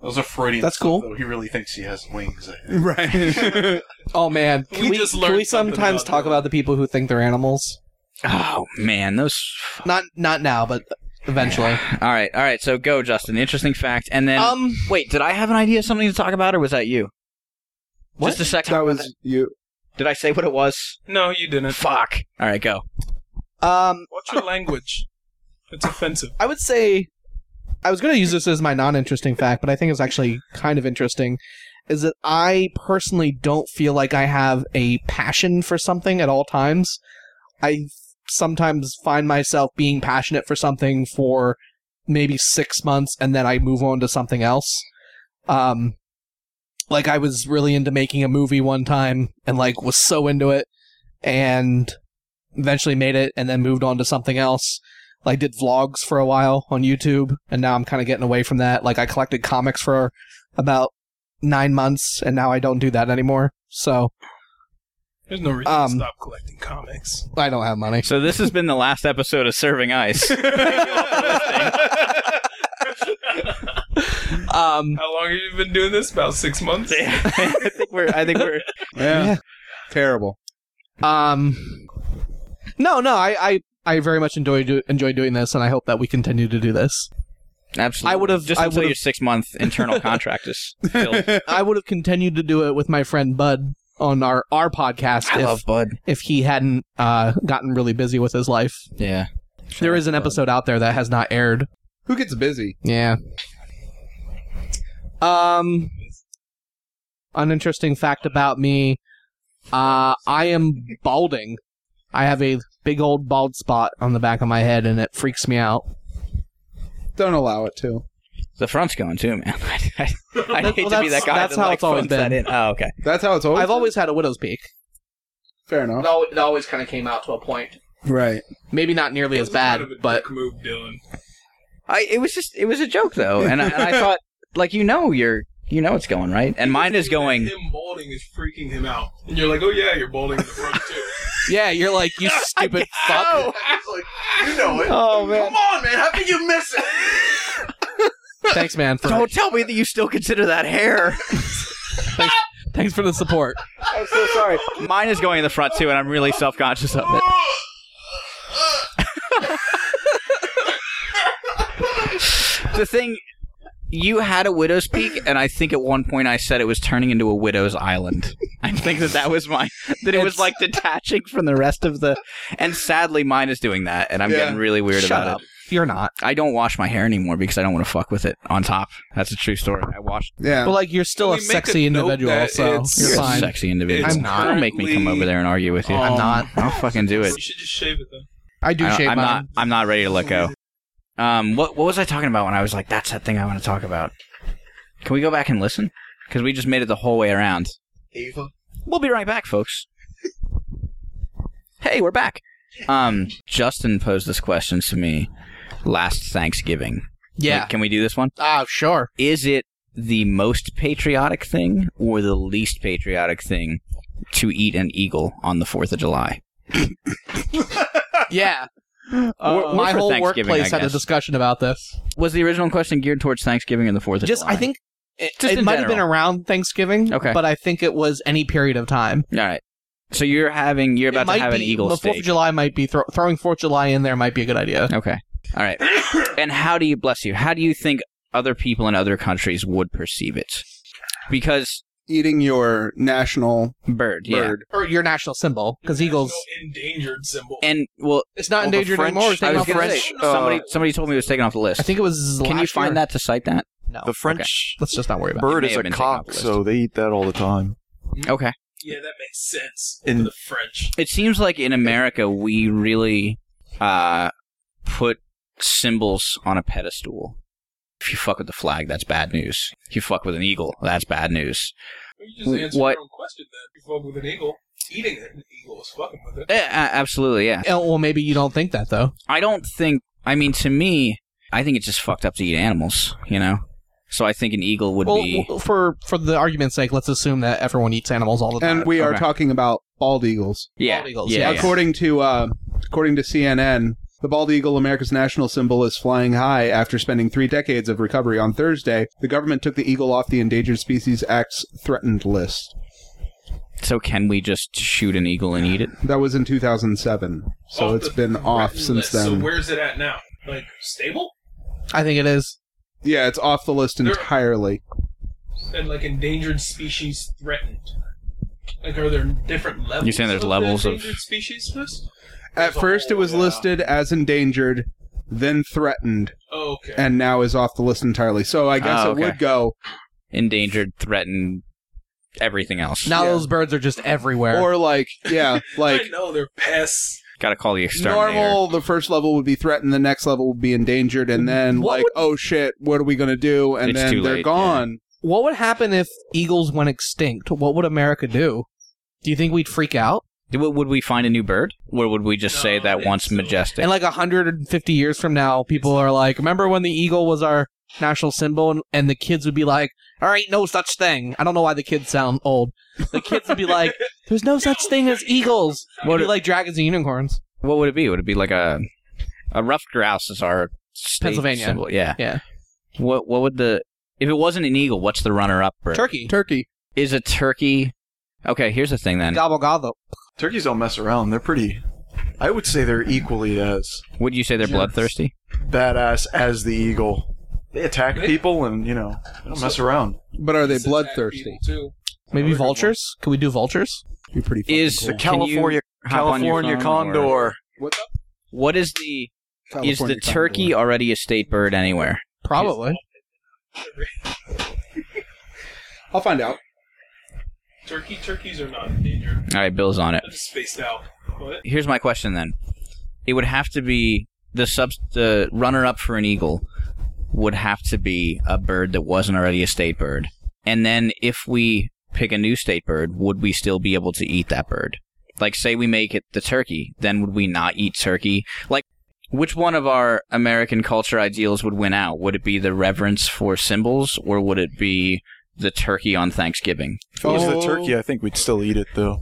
[SPEAKER 6] That was a Freudian.
[SPEAKER 4] That's cool.
[SPEAKER 6] slip, though. He really thinks he has wings. I think.
[SPEAKER 5] Right.
[SPEAKER 4] Oh man, can
[SPEAKER 2] We
[SPEAKER 4] we,
[SPEAKER 2] just
[SPEAKER 4] can
[SPEAKER 2] learned
[SPEAKER 4] we
[SPEAKER 2] something
[SPEAKER 4] sometimes
[SPEAKER 2] about
[SPEAKER 4] talk
[SPEAKER 2] that.
[SPEAKER 4] about the people who think they're animals?
[SPEAKER 9] Oh man, those
[SPEAKER 4] Not not now, but eventually.
[SPEAKER 9] All right, all right. So go, Justin. Interesting fact. And then,
[SPEAKER 4] Um,
[SPEAKER 9] wait, did I have an idea of something to talk about, or was that you?
[SPEAKER 4] What?
[SPEAKER 9] Just a second.
[SPEAKER 5] that was you.
[SPEAKER 9] Did I say what it was?
[SPEAKER 2] No, you didn't.
[SPEAKER 9] Fuck. All right, go.
[SPEAKER 4] um,
[SPEAKER 2] Watch your language. It's offensive.
[SPEAKER 4] I would say I was going to use this as my non-interesting fact, but I think it's actually kind of interesting is that I personally don't feel like I have a passion for something at all times. I sometimes find myself being passionate for something for maybe 6 months and then I move on to something else. Um like I was really into making a movie one time and like was so into it and eventually made it and then moved on to something else like did vlogs for a while on YouTube, and now I'm kind of getting away from that. Like I collected comics for about nine months, and now I don't do that anymore. So
[SPEAKER 2] There's no reason
[SPEAKER 4] Um,
[SPEAKER 2] to stop collecting comics.
[SPEAKER 4] I don't have money.
[SPEAKER 9] So this has been the last episode of Serving Ice.
[SPEAKER 4] Um,
[SPEAKER 2] How long have you been doing this? About six months.
[SPEAKER 9] I think we're. I think we're.
[SPEAKER 5] Yeah.
[SPEAKER 4] Yeah.
[SPEAKER 5] Terrible.
[SPEAKER 4] um, no, no, I, I, I very much enjoy do, enjoy doing this, and I hope that we continue to do this.
[SPEAKER 9] Absolutely.
[SPEAKER 4] I would've-
[SPEAKER 9] just
[SPEAKER 4] I
[SPEAKER 9] until
[SPEAKER 4] would've-
[SPEAKER 9] your six month internal contract is filled.
[SPEAKER 4] I would have continued to do it with my friend Bud on our our podcast if
[SPEAKER 9] Bud.
[SPEAKER 4] if he hadn't uh, gotten really busy with his life.
[SPEAKER 9] Yeah.
[SPEAKER 4] There is an episode out there that has not aired.
[SPEAKER 5] Who gets busy?
[SPEAKER 4] Yeah. Um, uninteresting fact about me: uh, I am balding. I have a big old bald spot on the back of my head, and it freaks me out.
[SPEAKER 5] Don't allow it to.
[SPEAKER 9] The front's going too, man. I, I, I
[SPEAKER 4] That-
[SPEAKER 9] hate
[SPEAKER 4] well,
[SPEAKER 9] to
[SPEAKER 4] that's-
[SPEAKER 9] be that guy.
[SPEAKER 4] that's
[SPEAKER 9] that,
[SPEAKER 4] how
[SPEAKER 9] like,
[SPEAKER 4] it's always
[SPEAKER 9] phones that
[SPEAKER 4] been.
[SPEAKER 9] in. Oh, okay.
[SPEAKER 5] That's how it's always.
[SPEAKER 4] I've always had a widow's peak.
[SPEAKER 5] fair enough.
[SPEAKER 4] always, it always kind of came out to a point.
[SPEAKER 5] Right.
[SPEAKER 4] Maybe not nearly as bad,
[SPEAKER 2] That was kind of a
[SPEAKER 4] but
[SPEAKER 2] dick move, Dylan.
[SPEAKER 9] I it was just it was a joke though, and I, and I thought like you know you're you know it's going right, and mine is going.
[SPEAKER 2] Him balding is freaking him out, and you're like, "Oh yeah, you're balding in the front too."
[SPEAKER 4] Yeah, you're like, you stupid fuck.
[SPEAKER 10] you know it.
[SPEAKER 9] Oh man!
[SPEAKER 10] Come on, man. How can you miss it?
[SPEAKER 4] Thanks, man. For,
[SPEAKER 9] Don't tell me that you still consider that hair.
[SPEAKER 4] Thanks for the support.
[SPEAKER 9] I'm so sorry. Mine is going in the front too, and I'm really self conscious of it. the thing, you had a widow's peak, and I think at one point I said it was turning into a widow's island. I think that that was my that it was like detaching from the rest of the. And sadly, mine is doing that, and I'm getting really weird
[SPEAKER 4] Shut
[SPEAKER 9] about
[SPEAKER 4] up.
[SPEAKER 9] it.
[SPEAKER 4] You're not.
[SPEAKER 9] I don't wash my hair anymore because I don't want to fuck with it on top. That's a true story. I wash.
[SPEAKER 5] Yeah.
[SPEAKER 4] But like, you're still
[SPEAKER 2] Can
[SPEAKER 4] a
[SPEAKER 2] we make
[SPEAKER 4] sexy
[SPEAKER 2] a note
[SPEAKER 4] individual,
[SPEAKER 2] that
[SPEAKER 4] so
[SPEAKER 2] it's-
[SPEAKER 4] you're
[SPEAKER 9] You're a
[SPEAKER 4] fine.
[SPEAKER 9] sexy individual.
[SPEAKER 4] I'm not.
[SPEAKER 9] Don't make me come over there and argue with you.
[SPEAKER 2] Um,
[SPEAKER 9] I'll fucking do it.
[SPEAKER 2] You should just shave it then.
[SPEAKER 4] I do
[SPEAKER 9] I don't-
[SPEAKER 4] shave
[SPEAKER 9] I'm
[SPEAKER 4] mine.
[SPEAKER 9] not. I'm not ready to let go. Um, what what was I talking about when I was like, "That's that thing I want to talk about"? Can we go back and listen? Because we just made it the whole way around.
[SPEAKER 10] Ava.
[SPEAKER 9] We'll be right back, folks. Hey, we're back. Um, Justin posed this question to me last Thanksgiving.
[SPEAKER 4] Yeah.
[SPEAKER 9] Like, can we do this one?
[SPEAKER 4] Ah, sure.
[SPEAKER 9] Is it the most patriotic thing or the least patriotic thing to eat an eagle on the Fourth of July?
[SPEAKER 4] Yeah. Uh,
[SPEAKER 9] Or- or
[SPEAKER 4] my
[SPEAKER 9] for
[SPEAKER 4] whole
[SPEAKER 9] Thanksgiving,
[SPEAKER 4] workplace
[SPEAKER 9] I
[SPEAKER 4] had a
[SPEAKER 9] guess.
[SPEAKER 4] discussion about this.
[SPEAKER 9] Was the original question geared towards Thanksgiving and the Fourth of
[SPEAKER 4] Just,
[SPEAKER 9] July?
[SPEAKER 4] I think it,
[SPEAKER 9] Just
[SPEAKER 4] it
[SPEAKER 9] in
[SPEAKER 4] might have been
[SPEAKER 9] general.
[SPEAKER 4] around Thanksgiving.
[SPEAKER 9] Okay.
[SPEAKER 4] But I think it was any period of time.
[SPEAKER 9] All right. So you're having you're
[SPEAKER 4] It
[SPEAKER 9] about to
[SPEAKER 4] might
[SPEAKER 9] have an
[SPEAKER 4] be-
[SPEAKER 9] eagle
[SPEAKER 4] the
[SPEAKER 9] steak.
[SPEAKER 4] Fourth of July might be throw, throwing Fourth of July in there might be a good idea.
[SPEAKER 9] Okay. All right. and how do you bless you? How do you think other people in other countries would perceive it? Because
[SPEAKER 5] eating your national
[SPEAKER 9] bird, yeah.
[SPEAKER 5] bird.
[SPEAKER 4] Or your national symbol, because eagles.
[SPEAKER 2] No endangered symbol.
[SPEAKER 9] And well,
[SPEAKER 4] It's
[SPEAKER 5] Well,
[SPEAKER 4] not
[SPEAKER 5] the
[SPEAKER 4] endangered
[SPEAKER 5] French-
[SPEAKER 4] anymore. It's
[SPEAKER 9] I
[SPEAKER 4] taken
[SPEAKER 9] was
[SPEAKER 4] off the
[SPEAKER 9] gonna
[SPEAKER 4] list.
[SPEAKER 9] say
[SPEAKER 2] Uh,
[SPEAKER 9] somebody somebody told me it was taken off the list.
[SPEAKER 4] I think it was.
[SPEAKER 9] Can you
[SPEAKER 4] last
[SPEAKER 9] find
[SPEAKER 4] year.
[SPEAKER 9] that to cite that?
[SPEAKER 4] No.
[SPEAKER 6] The French
[SPEAKER 4] Let's just not worry about.
[SPEAKER 6] bird
[SPEAKER 9] May
[SPEAKER 6] is
[SPEAKER 9] have
[SPEAKER 6] a
[SPEAKER 9] been taken off the
[SPEAKER 6] cock,
[SPEAKER 9] list.
[SPEAKER 6] so they eat that all the time.
[SPEAKER 9] Okay.
[SPEAKER 2] Yeah, that makes sense.
[SPEAKER 6] In-
[SPEAKER 2] the French,
[SPEAKER 9] It seems like in America we really uh, put symbols on a pedestal. If you fuck with the flag, that's bad news. If you fuck with an eagle, that's bad news.
[SPEAKER 2] you just answered
[SPEAKER 9] What-
[SPEAKER 2] your own question. Then you fuck with an eagle, eating an eagle is fucking with it.
[SPEAKER 9] Eh, a- absolutely, yeah.
[SPEAKER 4] It. Oh, well, maybe you don't think that though.
[SPEAKER 9] I don't think. I mean, to me, I think it's just fucked up to eat animals. You know, so I think an eagle would
[SPEAKER 4] well,
[SPEAKER 9] be.
[SPEAKER 4] w- for for the argument's sake, let's assume that everyone eats animals all the time.
[SPEAKER 5] And we are
[SPEAKER 9] Okay.
[SPEAKER 5] talking about bald eagles.
[SPEAKER 9] yeah,
[SPEAKER 4] bald eagles,
[SPEAKER 9] yeah,
[SPEAKER 4] yeah.
[SPEAKER 9] yeah.
[SPEAKER 5] According to uh, according to CNN, the bald eagle, America's national symbol, is flying high after spending three decades of recovery. On Thursday, the government took the eagle off the Endangered Species Act's threatened list.
[SPEAKER 9] So can we just shoot an eagle and eat it?
[SPEAKER 5] That was in 2007, so
[SPEAKER 2] Off
[SPEAKER 5] it's
[SPEAKER 2] the
[SPEAKER 5] been off
[SPEAKER 2] threatened
[SPEAKER 5] since
[SPEAKER 2] list. So
[SPEAKER 5] then.
[SPEAKER 2] where's it at now? Like stable
[SPEAKER 4] I think it is.
[SPEAKER 5] yeah, it's off the list
[SPEAKER 2] There-
[SPEAKER 5] entirely.
[SPEAKER 2] and like endangered species threatened. Like, are there different levels?
[SPEAKER 9] You're saying there's
[SPEAKER 2] of the
[SPEAKER 9] levels of-
[SPEAKER 2] endangered species list?
[SPEAKER 5] At
[SPEAKER 2] There's a
[SPEAKER 5] first, it
[SPEAKER 2] whole-
[SPEAKER 5] was
[SPEAKER 2] yeah.
[SPEAKER 5] listed as endangered, then threatened,
[SPEAKER 2] Oh, okay.
[SPEAKER 5] and now is off the list entirely. So I
[SPEAKER 2] Ah,
[SPEAKER 5] guess
[SPEAKER 9] Oh,
[SPEAKER 5] it
[SPEAKER 9] okay.
[SPEAKER 5] would go
[SPEAKER 9] Endangered, threatened, everything else.
[SPEAKER 4] Now
[SPEAKER 5] Yeah.
[SPEAKER 4] those birds are just everywhere.
[SPEAKER 5] or like yeah, like
[SPEAKER 2] I know they're pests.
[SPEAKER 9] Got to call the exterminator.
[SPEAKER 5] normal the first level would be threatened the next level would be endangered and then
[SPEAKER 4] What
[SPEAKER 5] like
[SPEAKER 4] would-
[SPEAKER 5] oh shit what are we going to do and
[SPEAKER 9] It's
[SPEAKER 5] then
[SPEAKER 9] too
[SPEAKER 5] they're
[SPEAKER 9] late,
[SPEAKER 5] gone
[SPEAKER 4] what would happen if eagles went extinct? What would America do? Do you think we'd freak out?
[SPEAKER 9] Would would we find a new bird, or would we just
[SPEAKER 2] No,
[SPEAKER 9] say
[SPEAKER 2] I
[SPEAKER 9] that
[SPEAKER 2] think
[SPEAKER 9] once
[SPEAKER 2] so.
[SPEAKER 9] majestic?
[SPEAKER 4] And like 150 years from now, people are like, remember when the eagle was our national symbol? And, and the kids would be like, there ain't no such thing. I don't know why the kids sound old. The kids would be like, there's no such thing as eagles. It'd
[SPEAKER 9] What
[SPEAKER 4] be
[SPEAKER 9] it-
[SPEAKER 4] like dragons and unicorns.
[SPEAKER 9] what would it be? Would it be like a a rough grouse is our state
[SPEAKER 4] Pennsylvania.
[SPEAKER 9] symbol? Yeah,
[SPEAKER 4] Yeah.
[SPEAKER 9] What what would the if it wasn't an eagle? What's the runner-up bird?
[SPEAKER 4] Turkey.
[SPEAKER 5] turkey
[SPEAKER 9] is a turkey. Okay, here's the thing then.
[SPEAKER 4] Gobble gobble.
[SPEAKER 6] Turkeys don't mess around. They're pretty. I would say they're equally as
[SPEAKER 9] Would you say they're bloodthirsty?
[SPEAKER 6] badass as the eagle. They attack people and you know they don't mess around.
[SPEAKER 5] but are they
[SPEAKER 2] Pests attack
[SPEAKER 5] bloodthirsty
[SPEAKER 2] people, Too.
[SPEAKER 4] Maybe
[SPEAKER 2] Another good
[SPEAKER 4] vultures? Can we do vultures?
[SPEAKER 5] be pretty fucking
[SPEAKER 9] Is
[SPEAKER 5] cool.
[SPEAKER 9] can you hop on your phone, or-
[SPEAKER 5] What's up?
[SPEAKER 9] What is the is
[SPEAKER 5] California
[SPEAKER 9] the turkey
[SPEAKER 5] condor.
[SPEAKER 9] already a state bird anywhere?
[SPEAKER 4] Probably.
[SPEAKER 5] I'll find out
[SPEAKER 2] Turkey turkeys are not endangered.
[SPEAKER 9] All right, Bill's on it.
[SPEAKER 2] I just spaced out. What?
[SPEAKER 9] Here's my question then. It would have to be the sub the runner up for an eagle would have to be a bird that wasn't already a state bird. And then if we pick a new state bird, would we still be able to eat that bird? Like say we make it the turkey, then would we not eat turkey? Like Which one of our American culture ideals would win out? Would it be the reverence for symbols, or would it be the turkey on Thanksgiving?
[SPEAKER 6] If it was
[SPEAKER 5] Oh.
[SPEAKER 6] the turkey, I think we'd still eat it though.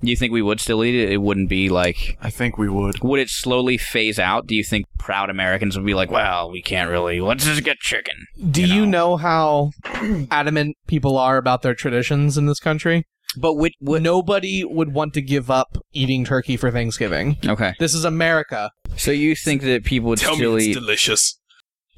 [SPEAKER 9] You think we would still eat it? It wouldn't be like.
[SPEAKER 6] I think we would.
[SPEAKER 9] Would it slowly phase out? Do you think proud Americans would be like, well, we can't really. Let's just get chicken.
[SPEAKER 4] Do you know how adamant people are about their traditions in this country?
[SPEAKER 9] But which.
[SPEAKER 4] Nobody would want to give up eating turkey for Thanksgiving.
[SPEAKER 9] Okay.
[SPEAKER 4] This is America.
[SPEAKER 9] So you think that people would
[SPEAKER 2] Tell me
[SPEAKER 9] still
[SPEAKER 2] it's
[SPEAKER 9] eat.
[SPEAKER 2] delicious.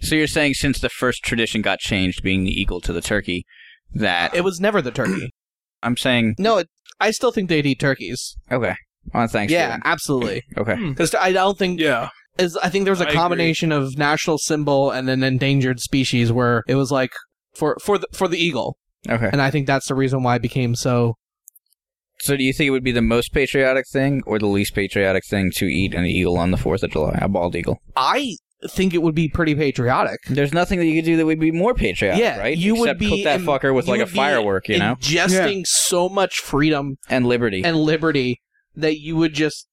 [SPEAKER 9] so you're saying since the first tradition got changed, being equal to the turkey, that.
[SPEAKER 4] It was never the turkey.
[SPEAKER 9] I'm saying.
[SPEAKER 4] No, it, I still think they'd eat turkeys.
[SPEAKER 9] Okay. On
[SPEAKER 4] yeah,
[SPEAKER 9] Thanksgiving.
[SPEAKER 4] absolutely.
[SPEAKER 9] Okay.
[SPEAKER 4] Because I don't think
[SPEAKER 2] Hmm. Yeah.
[SPEAKER 4] is I think there was
[SPEAKER 2] I
[SPEAKER 4] a
[SPEAKER 2] agree.
[SPEAKER 4] combination of national symbol and an endangered species where it was like for for the for the eagle,
[SPEAKER 9] Okay.
[SPEAKER 4] and I think that's the reason why it became so.
[SPEAKER 9] So do you think it would be the most patriotic thing or the least patriotic thing to eat an eagle on the 4th of July, a bald eagle?
[SPEAKER 4] I think it would be pretty patriotic.
[SPEAKER 9] There's nothing that you could do that would be more patriotic,
[SPEAKER 4] Yeah,
[SPEAKER 9] right?
[SPEAKER 4] you would
[SPEAKER 9] Except
[SPEAKER 4] be
[SPEAKER 9] cook that
[SPEAKER 4] in-
[SPEAKER 9] fucker with
[SPEAKER 4] you
[SPEAKER 9] like a
[SPEAKER 4] would be
[SPEAKER 9] firework, you know,
[SPEAKER 4] ingesting so much freedom
[SPEAKER 9] and liberty.
[SPEAKER 4] and liberty that you would just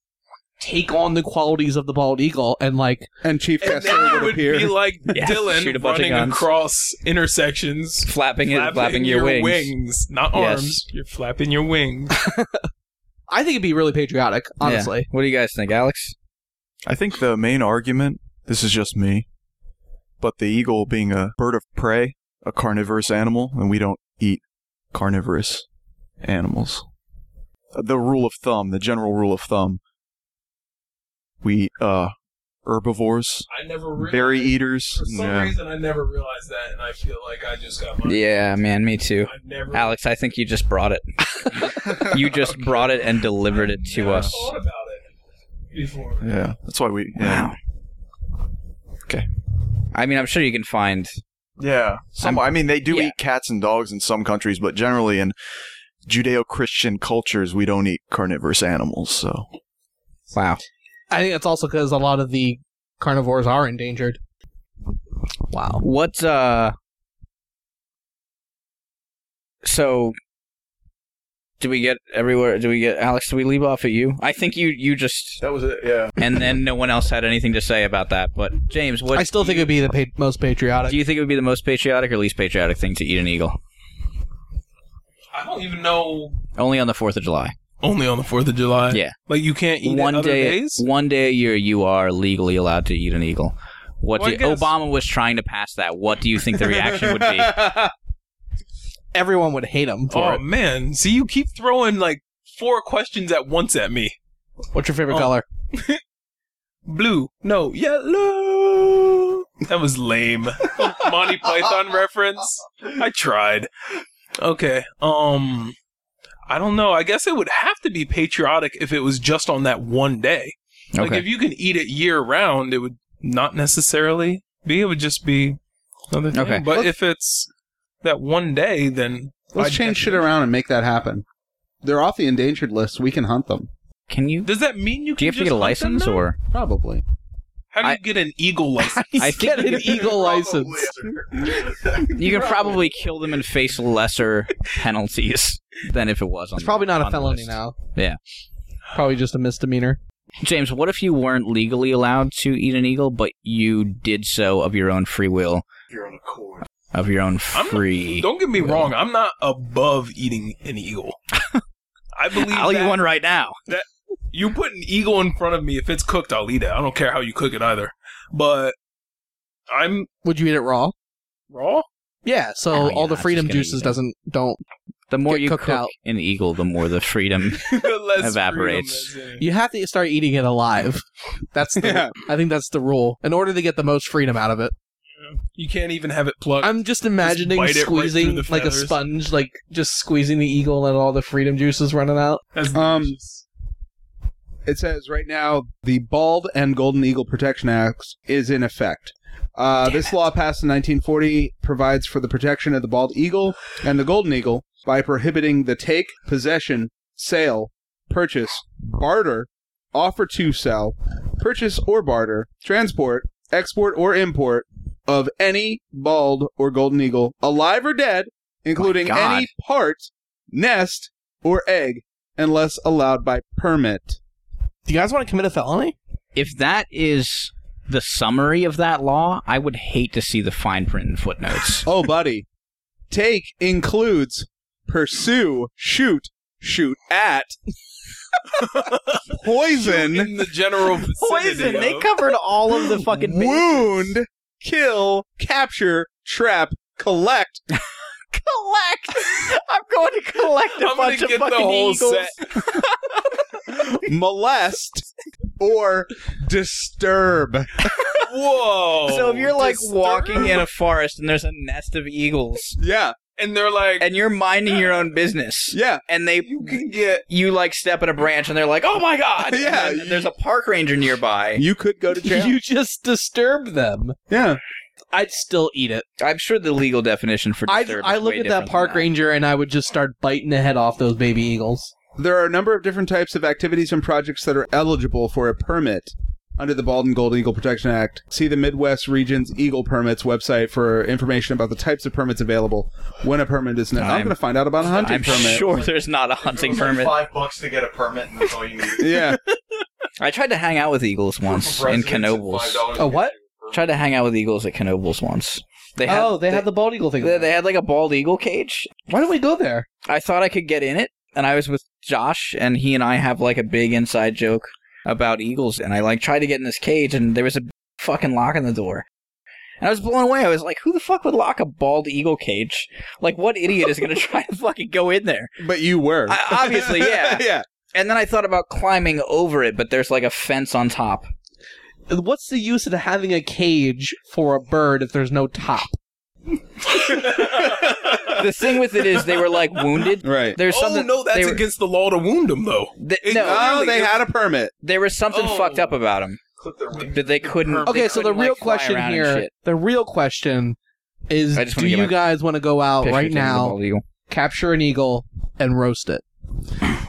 [SPEAKER 4] take on the qualities of the bald eagle and like
[SPEAKER 5] And Chief
[SPEAKER 2] And
[SPEAKER 5] Kessler
[SPEAKER 2] then it
[SPEAKER 5] would,
[SPEAKER 2] would
[SPEAKER 5] appear.
[SPEAKER 2] be like
[SPEAKER 9] Yes, shoot a
[SPEAKER 2] Dylan
[SPEAKER 9] bunch of
[SPEAKER 2] running
[SPEAKER 9] guns.
[SPEAKER 2] across intersections,
[SPEAKER 9] flapping it,
[SPEAKER 2] flapping,
[SPEAKER 9] flapping, your, wings.
[SPEAKER 2] not
[SPEAKER 9] Yes.
[SPEAKER 2] arms. You're flapping your wings.
[SPEAKER 4] I think it'd be really patriotic,
[SPEAKER 9] Yeah.
[SPEAKER 4] honestly.
[SPEAKER 9] What do you guys think, Alex?
[SPEAKER 6] I think the main argument, this is just me, but the eagle being a bird of prey, a carnivorous animal, and we don't eat carnivorous animals. The rule of thumb, the general rule of thumb, we eat uh, herbivores,
[SPEAKER 2] I never
[SPEAKER 6] berry eaters.
[SPEAKER 2] For some
[SPEAKER 6] yeah.
[SPEAKER 2] reason, I never realized that, and I feel like I just got my.
[SPEAKER 9] Yeah, man, me too.
[SPEAKER 2] I never.
[SPEAKER 9] Alex, I think you just brought it. you just brought it and delivered it to
[SPEAKER 2] never
[SPEAKER 9] us.
[SPEAKER 2] Thought about it before.
[SPEAKER 6] yeah, that's why we. Yeah.
[SPEAKER 9] Wow.
[SPEAKER 6] Okay.
[SPEAKER 9] I mean, I'm sure you can find.
[SPEAKER 6] Yeah. Some, I mean, they do
[SPEAKER 9] Yeah.
[SPEAKER 6] eat cats and dogs in some countries, but generally in Judeo-Christian cultures, we don't eat carnivorous animals. So
[SPEAKER 9] Wow.
[SPEAKER 4] I think that's also because a lot of the carnivores are endangered. Wow.
[SPEAKER 9] What uh So do we get everywhere do we get Alex, do we leave off at you? I think you you just
[SPEAKER 6] that was it. Yeah.
[SPEAKER 9] and then no one else had anything to say about that. But James, what
[SPEAKER 4] I still think it'd be the pa- most patriotic.
[SPEAKER 9] do you think it would be the most patriotic or least patriotic thing to eat an eagle?
[SPEAKER 2] I don't even know.
[SPEAKER 9] Only on the fourth of July.
[SPEAKER 2] Only on the Fourth of July.
[SPEAKER 9] Yeah.
[SPEAKER 2] Like you can't eat
[SPEAKER 9] one
[SPEAKER 2] it other
[SPEAKER 9] day
[SPEAKER 2] days.
[SPEAKER 9] one day a year you are legally allowed to eat an eagle. What
[SPEAKER 2] Well,
[SPEAKER 9] do
[SPEAKER 2] I guess-
[SPEAKER 9] Obama was trying to pass that. What do you think the reaction would be?
[SPEAKER 4] Everyone would hate him for
[SPEAKER 2] Oh
[SPEAKER 9] Um,
[SPEAKER 4] it.
[SPEAKER 2] man! See, you keep throwing like four questions at once at me.
[SPEAKER 4] What's your favorite
[SPEAKER 9] um,
[SPEAKER 2] Oh.
[SPEAKER 4] color?
[SPEAKER 2] Blue, no, yellow. That was lame. Monty Python reference. I tried. Okay. Um, I don't know. I guess it would have to be patriotic if it was just on that one day. Like
[SPEAKER 9] Okay.
[SPEAKER 2] if you can eat it year round, it would not necessarily be. It would just be another thing.
[SPEAKER 9] Okay.
[SPEAKER 2] But if it's that one day, then
[SPEAKER 5] Let's
[SPEAKER 2] I'd
[SPEAKER 5] change shit
[SPEAKER 2] definitely-
[SPEAKER 5] around and make that happen. They're off the endangered list. We can hunt them.
[SPEAKER 9] Can you
[SPEAKER 2] Does that mean you?
[SPEAKER 9] do you have
[SPEAKER 2] can
[SPEAKER 9] to get
[SPEAKER 2] just
[SPEAKER 9] a
[SPEAKER 2] hunt them
[SPEAKER 9] license
[SPEAKER 2] now?
[SPEAKER 9] or
[SPEAKER 5] Probably.
[SPEAKER 2] how do you
[SPEAKER 9] I-
[SPEAKER 2] get an eagle license?
[SPEAKER 9] I think
[SPEAKER 4] Get an eagle license.
[SPEAKER 9] You can probably kill them and face lesser penalties than if it was on.
[SPEAKER 4] It's probably not a
[SPEAKER 9] on the
[SPEAKER 4] felony
[SPEAKER 9] list.
[SPEAKER 4] now.
[SPEAKER 9] Yeah.
[SPEAKER 4] Probably just a misdemeanor.
[SPEAKER 9] James, what if you weren't legally allowed to eat an eagle, but you did so of your own free will,
[SPEAKER 11] You're on a cord.
[SPEAKER 9] of your own
[SPEAKER 2] I'm not-
[SPEAKER 9] free?
[SPEAKER 2] Don't get me wrong. I'm not above eating an eagle. I believe
[SPEAKER 9] I'll
[SPEAKER 2] that
[SPEAKER 9] eat one right now.
[SPEAKER 2] you put an eagle in front of me. If it's cooked, I'll eat it. I don't care how you cook it either. But I'm
[SPEAKER 4] Would you eat it raw?
[SPEAKER 2] raw.
[SPEAKER 4] Yeah. So
[SPEAKER 9] Oh, yeah,
[SPEAKER 4] all
[SPEAKER 9] I'm
[SPEAKER 4] the
[SPEAKER 9] just
[SPEAKER 4] freedom
[SPEAKER 9] gonna eat
[SPEAKER 4] juices
[SPEAKER 9] it.
[SPEAKER 4] doesn't don't.
[SPEAKER 9] The more
[SPEAKER 4] Get
[SPEAKER 9] you
[SPEAKER 4] cooked
[SPEAKER 9] cook
[SPEAKER 4] out.
[SPEAKER 9] an eagle, the more the freedom.
[SPEAKER 2] Less
[SPEAKER 9] Evaporates.
[SPEAKER 2] freedom is in it.
[SPEAKER 4] You have to start eating it alive. That's the.
[SPEAKER 5] Yeah.
[SPEAKER 4] I think that's the rule in order to get the most freedom out of it.
[SPEAKER 2] You can't even have it plucked.
[SPEAKER 4] I'm just imagining
[SPEAKER 2] bite it right through
[SPEAKER 4] squeezing
[SPEAKER 2] the
[SPEAKER 4] like a
[SPEAKER 2] feathers.
[SPEAKER 4] sponge, like just squeezing the eagle and all the freedom juices running out.
[SPEAKER 2] That's
[SPEAKER 5] Um,
[SPEAKER 2] delicious.
[SPEAKER 5] It says right now the Bald and Golden Eagle Protection Act is in effect. Uh, this law passed in 1940 provides for the protection of the bald eagle and the golden eagle by prohibiting the take, possession, sale, purchase, barter, offer to sell, purchase or barter, transport, export or import of any bald or golden eagle, alive or dead, including
[SPEAKER 9] God.
[SPEAKER 5] any part, nest, or egg, unless allowed by permit.
[SPEAKER 4] Do you guys want to commit a felony?
[SPEAKER 9] if that is the summary of that law, I would hate to see the fine print and footnotes.
[SPEAKER 5] Oh, buddy. Take includes pursue, shoot, shoot at, poison,
[SPEAKER 2] in the general vicinity
[SPEAKER 9] Poison. They
[SPEAKER 2] of-
[SPEAKER 9] covered all of the fucking
[SPEAKER 5] wound, kill, capture, trap, collect.
[SPEAKER 9] collect. I'm going to collect a
[SPEAKER 2] I'm gonna
[SPEAKER 9] bunch of
[SPEAKER 2] get the
[SPEAKER 9] fucking
[SPEAKER 2] whole
[SPEAKER 9] eagles.
[SPEAKER 2] set.
[SPEAKER 5] molest or disturb.
[SPEAKER 2] Whoa!
[SPEAKER 9] So if you're like
[SPEAKER 2] Disturb-
[SPEAKER 9] walking in a forest and there's a nest of eagles,
[SPEAKER 5] Yeah,
[SPEAKER 2] and they're like,
[SPEAKER 9] and you're minding your own business,
[SPEAKER 5] yeah,
[SPEAKER 9] and they you can get you like step in a branch, and they're like, "Oh my god!" And
[SPEAKER 5] Yeah,
[SPEAKER 9] then
[SPEAKER 5] you-
[SPEAKER 9] there's a park ranger nearby.
[SPEAKER 5] you could go to jail.
[SPEAKER 4] You just disturb them.
[SPEAKER 5] yeah,
[SPEAKER 4] I'd still eat it.
[SPEAKER 9] I'm sure the legal definition for
[SPEAKER 4] I
[SPEAKER 9] disturb.
[SPEAKER 4] I
[SPEAKER 9] is
[SPEAKER 4] look
[SPEAKER 9] way
[SPEAKER 4] at
[SPEAKER 9] different
[SPEAKER 4] that
[SPEAKER 9] than
[SPEAKER 4] park ranger and I would just start biting the head off those baby eagles.
[SPEAKER 5] there are a number of different types of activities and projects that are eligible for a permit under the Bald and Gold Eagle Protection Act. See the Midwest Region's Eagle Permits website for information about the types of permits available when a permit is. Ne- I'm,
[SPEAKER 9] I'm-
[SPEAKER 5] going to find out about a hunting
[SPEAKER 9] I'm
[SPEAKER 5] permit.
[SPEAKER 9] sure there's not a hunting permit.
[SPEAKER 7] Five bucks to get a permit, and that's all you need.
[SPEAKER 5] Yeah,
[SPEAKER 9] I tried to hang out with eagles once in
[SPEAKER 7] Residents and
[SPEAKER 9] Knobles.
[SPEAKER 7] $5
[SPEAKER 4] A what?
[SPEAKER 9] Tried to hang out with eagles at Knobles once. They had,
[SPEAKER 4] oh, they, had the bald eagle thing.
[SPEAKER 9] they, they had like a bald eagle cage.
[SPEAKER 4] Why don't we go there?
[SPEAKER 9] I thought I could get in it, and I was with Josh, and he and I have like a big inside joke about eagles, and I like tried to get in this cage, and there was a fucking lock on the door. And I was blown away. I was like, who the fuck would lock a bald eagle cage? Like, what idiot is going to try to fucking go in there?
[SPEAKER 5] but you were
[SPEAKER 9] I, obviously, yeah.
[SPEAKER 5] yeah.
[SPEAKER 9] And then I thought about climbing over it, but there's like a fence on top.
[SPEAKER 4] What's the use of having a cage for a bird if there's no top?
[SPEAKER 9] The thing with it is they were like wounded.
[SPEAKER 5] Right.
[SPEAKER 9] There's
[SPEAKER 2] oh
[SPEAKER 9] something.
[SPEAKER 2] no, that's
[SPEAKER 9] they were-
[SPEAKER 2] against the law to wound them, though.
[SPEAKER 9] they-
[SPEAKER 5] No,
[SPEAKER 9] no,
[SPEAKER 5] they had a permit.
[SPEAKER 9] there was something
[SPEAKER 2] Uh, Oh.
[SPEAKER 9] fucked up about them
[SPEAKER 7] Clip their wings.
[SPEAKER 9] that they couldn't.
[SPEAKER 4] Okay,
[SPEAKER 9] they
[SPEAKER 4] so the
[SPEAKER 9] couldn't, like,
[SPEAKER 4] real
[SPEAKER 9] fly
[SPEAKER 4] question
[SPEAKER 9] around and
[SPEAKER 4] here,
[SPEAKER 9] shit.
[SPEAKER 4] the real question is,
[SPEAKER 9] I just
[SPEAKER 4] do
[SPEAKER 9] wanna get
[SPEAKER 4] you
[SPEAKER 9] my
[SPEAKER 4] guys want to go out
[SPEAKER 9] Picture
[SPEAKER 4] right
[SPEAKER 9] taking the
[SPEAKER 4] now,
[SPEAKER 9] bald eagle.
[SPEAKER 4] capture an eagle, and roast it?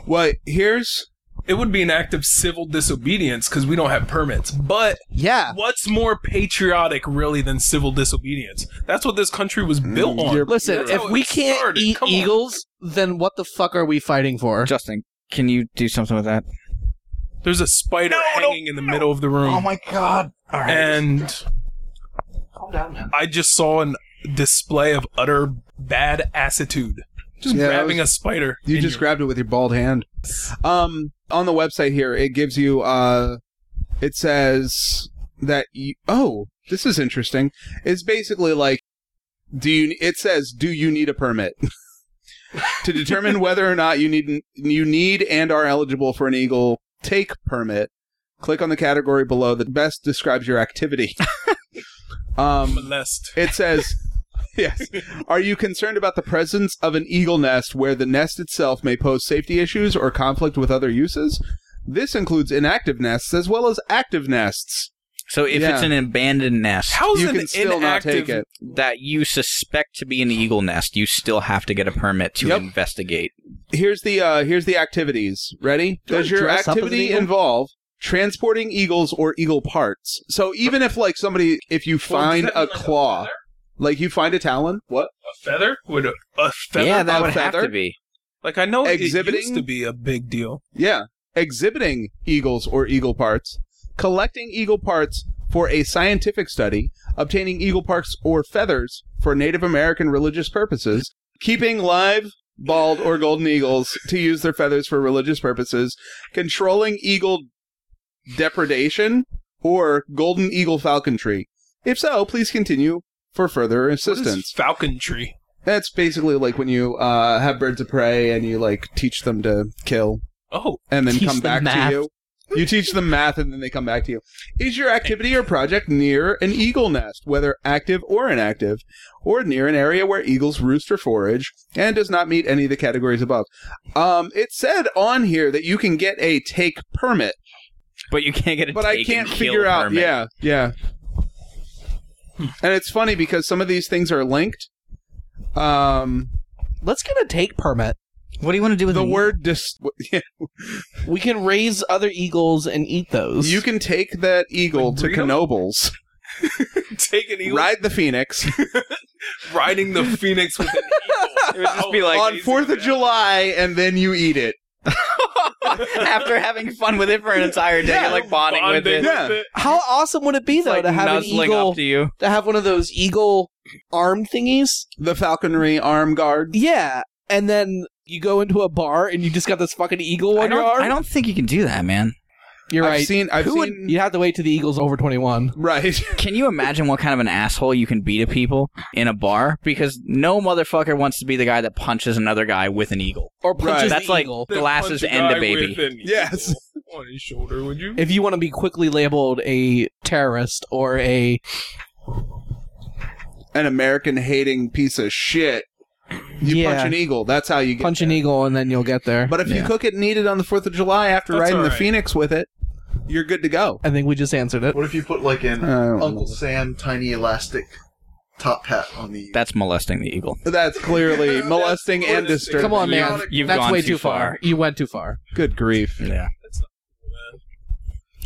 [SPEAKER 5] Well, here's
[SPEAKER 2] It would be an act of civil disobedience because we don't have permits. But
[SPEAKER 4] Yeah.
[SPEAKER 2] what's more patriotic, really, than civil disobedience? That's what this country was
[SPEAKER 5] Mm,
[SPEAKER 2] built on.
[SPEAKER 4] Listen,
[SPEAKER 2] That's
[SPEAKER 4] if
[SPEAKER 2] how
[SPEAKER 4] we
[SPEAKER 2] it
[SPEAKER 4] can't
[SPEAKER 2] started.
[SPEAKER 4] eat
[SPEAKER 2] Come on.
[SPEAKER 4] eagles, then what the fuck are we fighting for?
[SPEAKER 9] Justin, can you do something with that?
[SPEAKER 2] There's a spider hanging in the middle of the room. Oh my god! And I just saw an display of utter bad attitude. Just
[SPEAKER 5] Yeah, that
[SPEAKER 2] grabbing a spider.
[SPEAKER 5] You
[SPEAKER 2] in
[SPEAKER 5] just
[SPEAKER 2] your-
[SPEAKER 5] grabbed it with your bald hand. Um, on the website here, it gives you. Uh, it says that you. Oh, this is interesting. It's basically like, do you? It says, do you need a permit to determine whether or not you need you need and are eligible for an eagle take permit? Click on the category below that best describes your activity. um,
[SPEAKER 2] molest.
[SPEAKER 5] it says, yes. Are you concerned about the presence of an eagle nest where the nest itself may pose safety issues or conflict with other uses? This includes inactive nests as well as active nests.
[SPEAKER 9] So if
[SPEAKER 5] Yeah.
[SPEAKER 9] it's an abandoned nest
[SPEAKER 2] How's
[SPEAKER 5] you
[SPEAKER 2] an
[SPEAKER 5] can still not
[SPEAKER 2] inactive
[SPEAKER 5] take it.
[SPEAKER 9] that you suspect to be an eagle nest, you still have to get a permit to
[SPEAKER 5] Yep.
[SPEAKER 9] investigate.
[SPEAKER 5] Here's the uh, here's the activities. Ready?
[SPEAKER 4] Do I
[SPEAKER 5] Does your
[SPEAKER 4] dress up as an
[SPEAKER 5] activity
[SPEAKER 4] eagle?
[SPEAKER 5] involve transporting eagles or eagle parts? So even if like somebody, if you find
[SPEAKER 2] that
[SPEAKER 5] a
[SPEAKER 2] mean, like, a
[SPEAKER 5] claw,
[SPEAKER 2] feather?
[SPEAKER 5] like you find a talon, what?
[SPEAKER 2] a feather? Would a, a feather?
[SPEAKER 9] yeah, that
[SPEAKER 5] a
[SPEAKER 9] would have
[SPEAKER 5] feather?
[SPEAKER 9] to be.
[SPEAKER 2] Like I know
[SPEAKER 5] Exhibiting?
[SPEAKER 2] it used to be a big deal.
[SPEAKER 5] Yeah. Exhibiting eagles or eagle parts, collecting eagle parts for a scientific study, obtaining eagle parts or feathers for Native American religious purposes, keeping live bald or golden eagles to use their feathers for religious purposes, controlling eagle depredation, or golden eagle falconry. If so, please continue for further
[SPEAKER 2] What is
[SPEAKER 5] assistance.
[SPEAKER 2] falconry.
[SPEAKER 5] That's basically like when you uh, have birds of prey and you like teach them to kill
[SPEAKER 2] Oh,
[SPEAKER 5] and then
[SPEAKER 4] Teach
[SPEAKER 5] come back
[SPEAKER 4] them math.
[SPEAKER 5] to you. You teach them math and then they come back to you. Is your activity or project near an eagle nest, whether active or inactive, or near an area where eagles roost or forage, and does not meet any of the categories above? Um, it said on here that you can get a take permit,
[SPEAKER 9] But you can't get a
[SPEAKER 5] but I
[SPEAKER 9] take
[SPEAKER 5] can't
[SPEAKER 9] and kill
[SPEAKER 5] figure out.
[SPEAKER 9] permit.
[SPEAKER 5] Yeah, yeah. And it's funny because some of these things are linked. Um,
[SPEAKER 4] Let's get a take permit.
[SPEAKER 9] What do you want to do with
[SPEAKER 5] the
[SPEAKER 9] an
[SPEAKER 5] word dis-
[SPEAKER 4] We can raise other eagles and eat those.
[SPEAKER 5] you can take that eagle to
[SPEAKER 2] breed 'em?
[SPEAKER 5] Knobles,
[SPEAKER 2] take an eagle
[SPEAKER 5] ride the phoenix,
[SPEAKER 2] riding the phoenix with an eagle.
[SPEAKER 9] It would just be like-
[SPEAKER 5] on Fourth of July, and then you eat it.
[SPEAKER 9] after having fun with it for an entire day, you're like bonding, with it.
[SPEAKER 5] Yeah.
[SPEAKER 4] How awesome would it be
[SPEAKER 9] It's
[SPEAKER 4] though
[SPEAKER 9] like
[SPEAKER 4] to have an
[SPEAKER 9] nuzzling
[SPEAKER 4] eagle
[SPEAKER 9] up to you.
[SPEAKER 4] to have one of those eagle arm thingies?
[SPEAKER 5] The falconry arm guard.
[SPEAKER 4] Yeah, and then you go into a bar and you just got this fucking eagle on
[SPEAKER 9] I
[SPEAKER 4] your
[SPEAKER 9] don't,
[SPEAKER 4] arm.
[SPEAKER 9] I don't think you can do that, man.
[SPEAKER 4] You're
[SPEAKER 5] I've
[SPEAKER 4] right.
[SPEAKER 5] seen. I've
[SPEAKER 4] Who would-
[SPEAKER 5] seen.
[SPEAKER 4] You'd have to wait till the eagle's over twenty-one.
[SPEAKER 5] Right.
[SPEAKER 9] Can you imagine what kind of an asshole you can be to people in a bar? Because no motherfucker wants to be the guy that punches another guy with an eagle.
[SPEAKER 4] Or punches
[SPEAKER 9] That's
[SPEAKER 4] the
[SPEAKER 9] like-
[SPEAKER 4] eagle.
[SPEAKER 9] Glasses
[SPEAKER 2] Punch
[SPEAKER 9] and a
[SPEAKER 2] guy
[SPEAKER 9] baby.
[SPEAKER 2] with an
[SPEAKER 5] Yes.
[SPEAKER 2] eagle On his shoulder, would you?
[SPEAKER 4] if you want to be quickly labeled a terrorist or a
[SPEAKER 5] An American hating piece of shit. You
[SPEAKER 4] Yeah.
[SPEAKER 5] punch an eagle. That's how you get
[SPEAKER 4] punch an
[SPEAKER 5] there.
[SPEAKER 4] eagle and then you'll get there.
[SPEAKER 5] But if you cook it and eat it on the Fourth of July after
[SPEAKER 2] That's
[SPEAKER 5] riding the
[SPEAKER 2] alright.
[SPEAKER 5] Phoenix with it, you're good to go.
[SPEAKER 4] I think we just answered it.
[SPEAKER 7] What if you put like an
[SPEAKER 5] Uh,
[SPEAKER 7] Uncle Sam tiny elastic top hat on the
[SPEAKER 9] That's molesting the eagle.
[SPEAKER 5] That's clearly molesting and disturbing.
[SPEAKER 4] Come on, man.
[SPEAKER 9] You've
[SPEAKER 4] That's
[SPEAKER 9] gone
[SPEAKER 4] way
[SPEAKER 9] too far.
[SPEAKER 4] You went too far.
[SPEAKER 5] Good grief.
[SPEAKER 9] Yeah.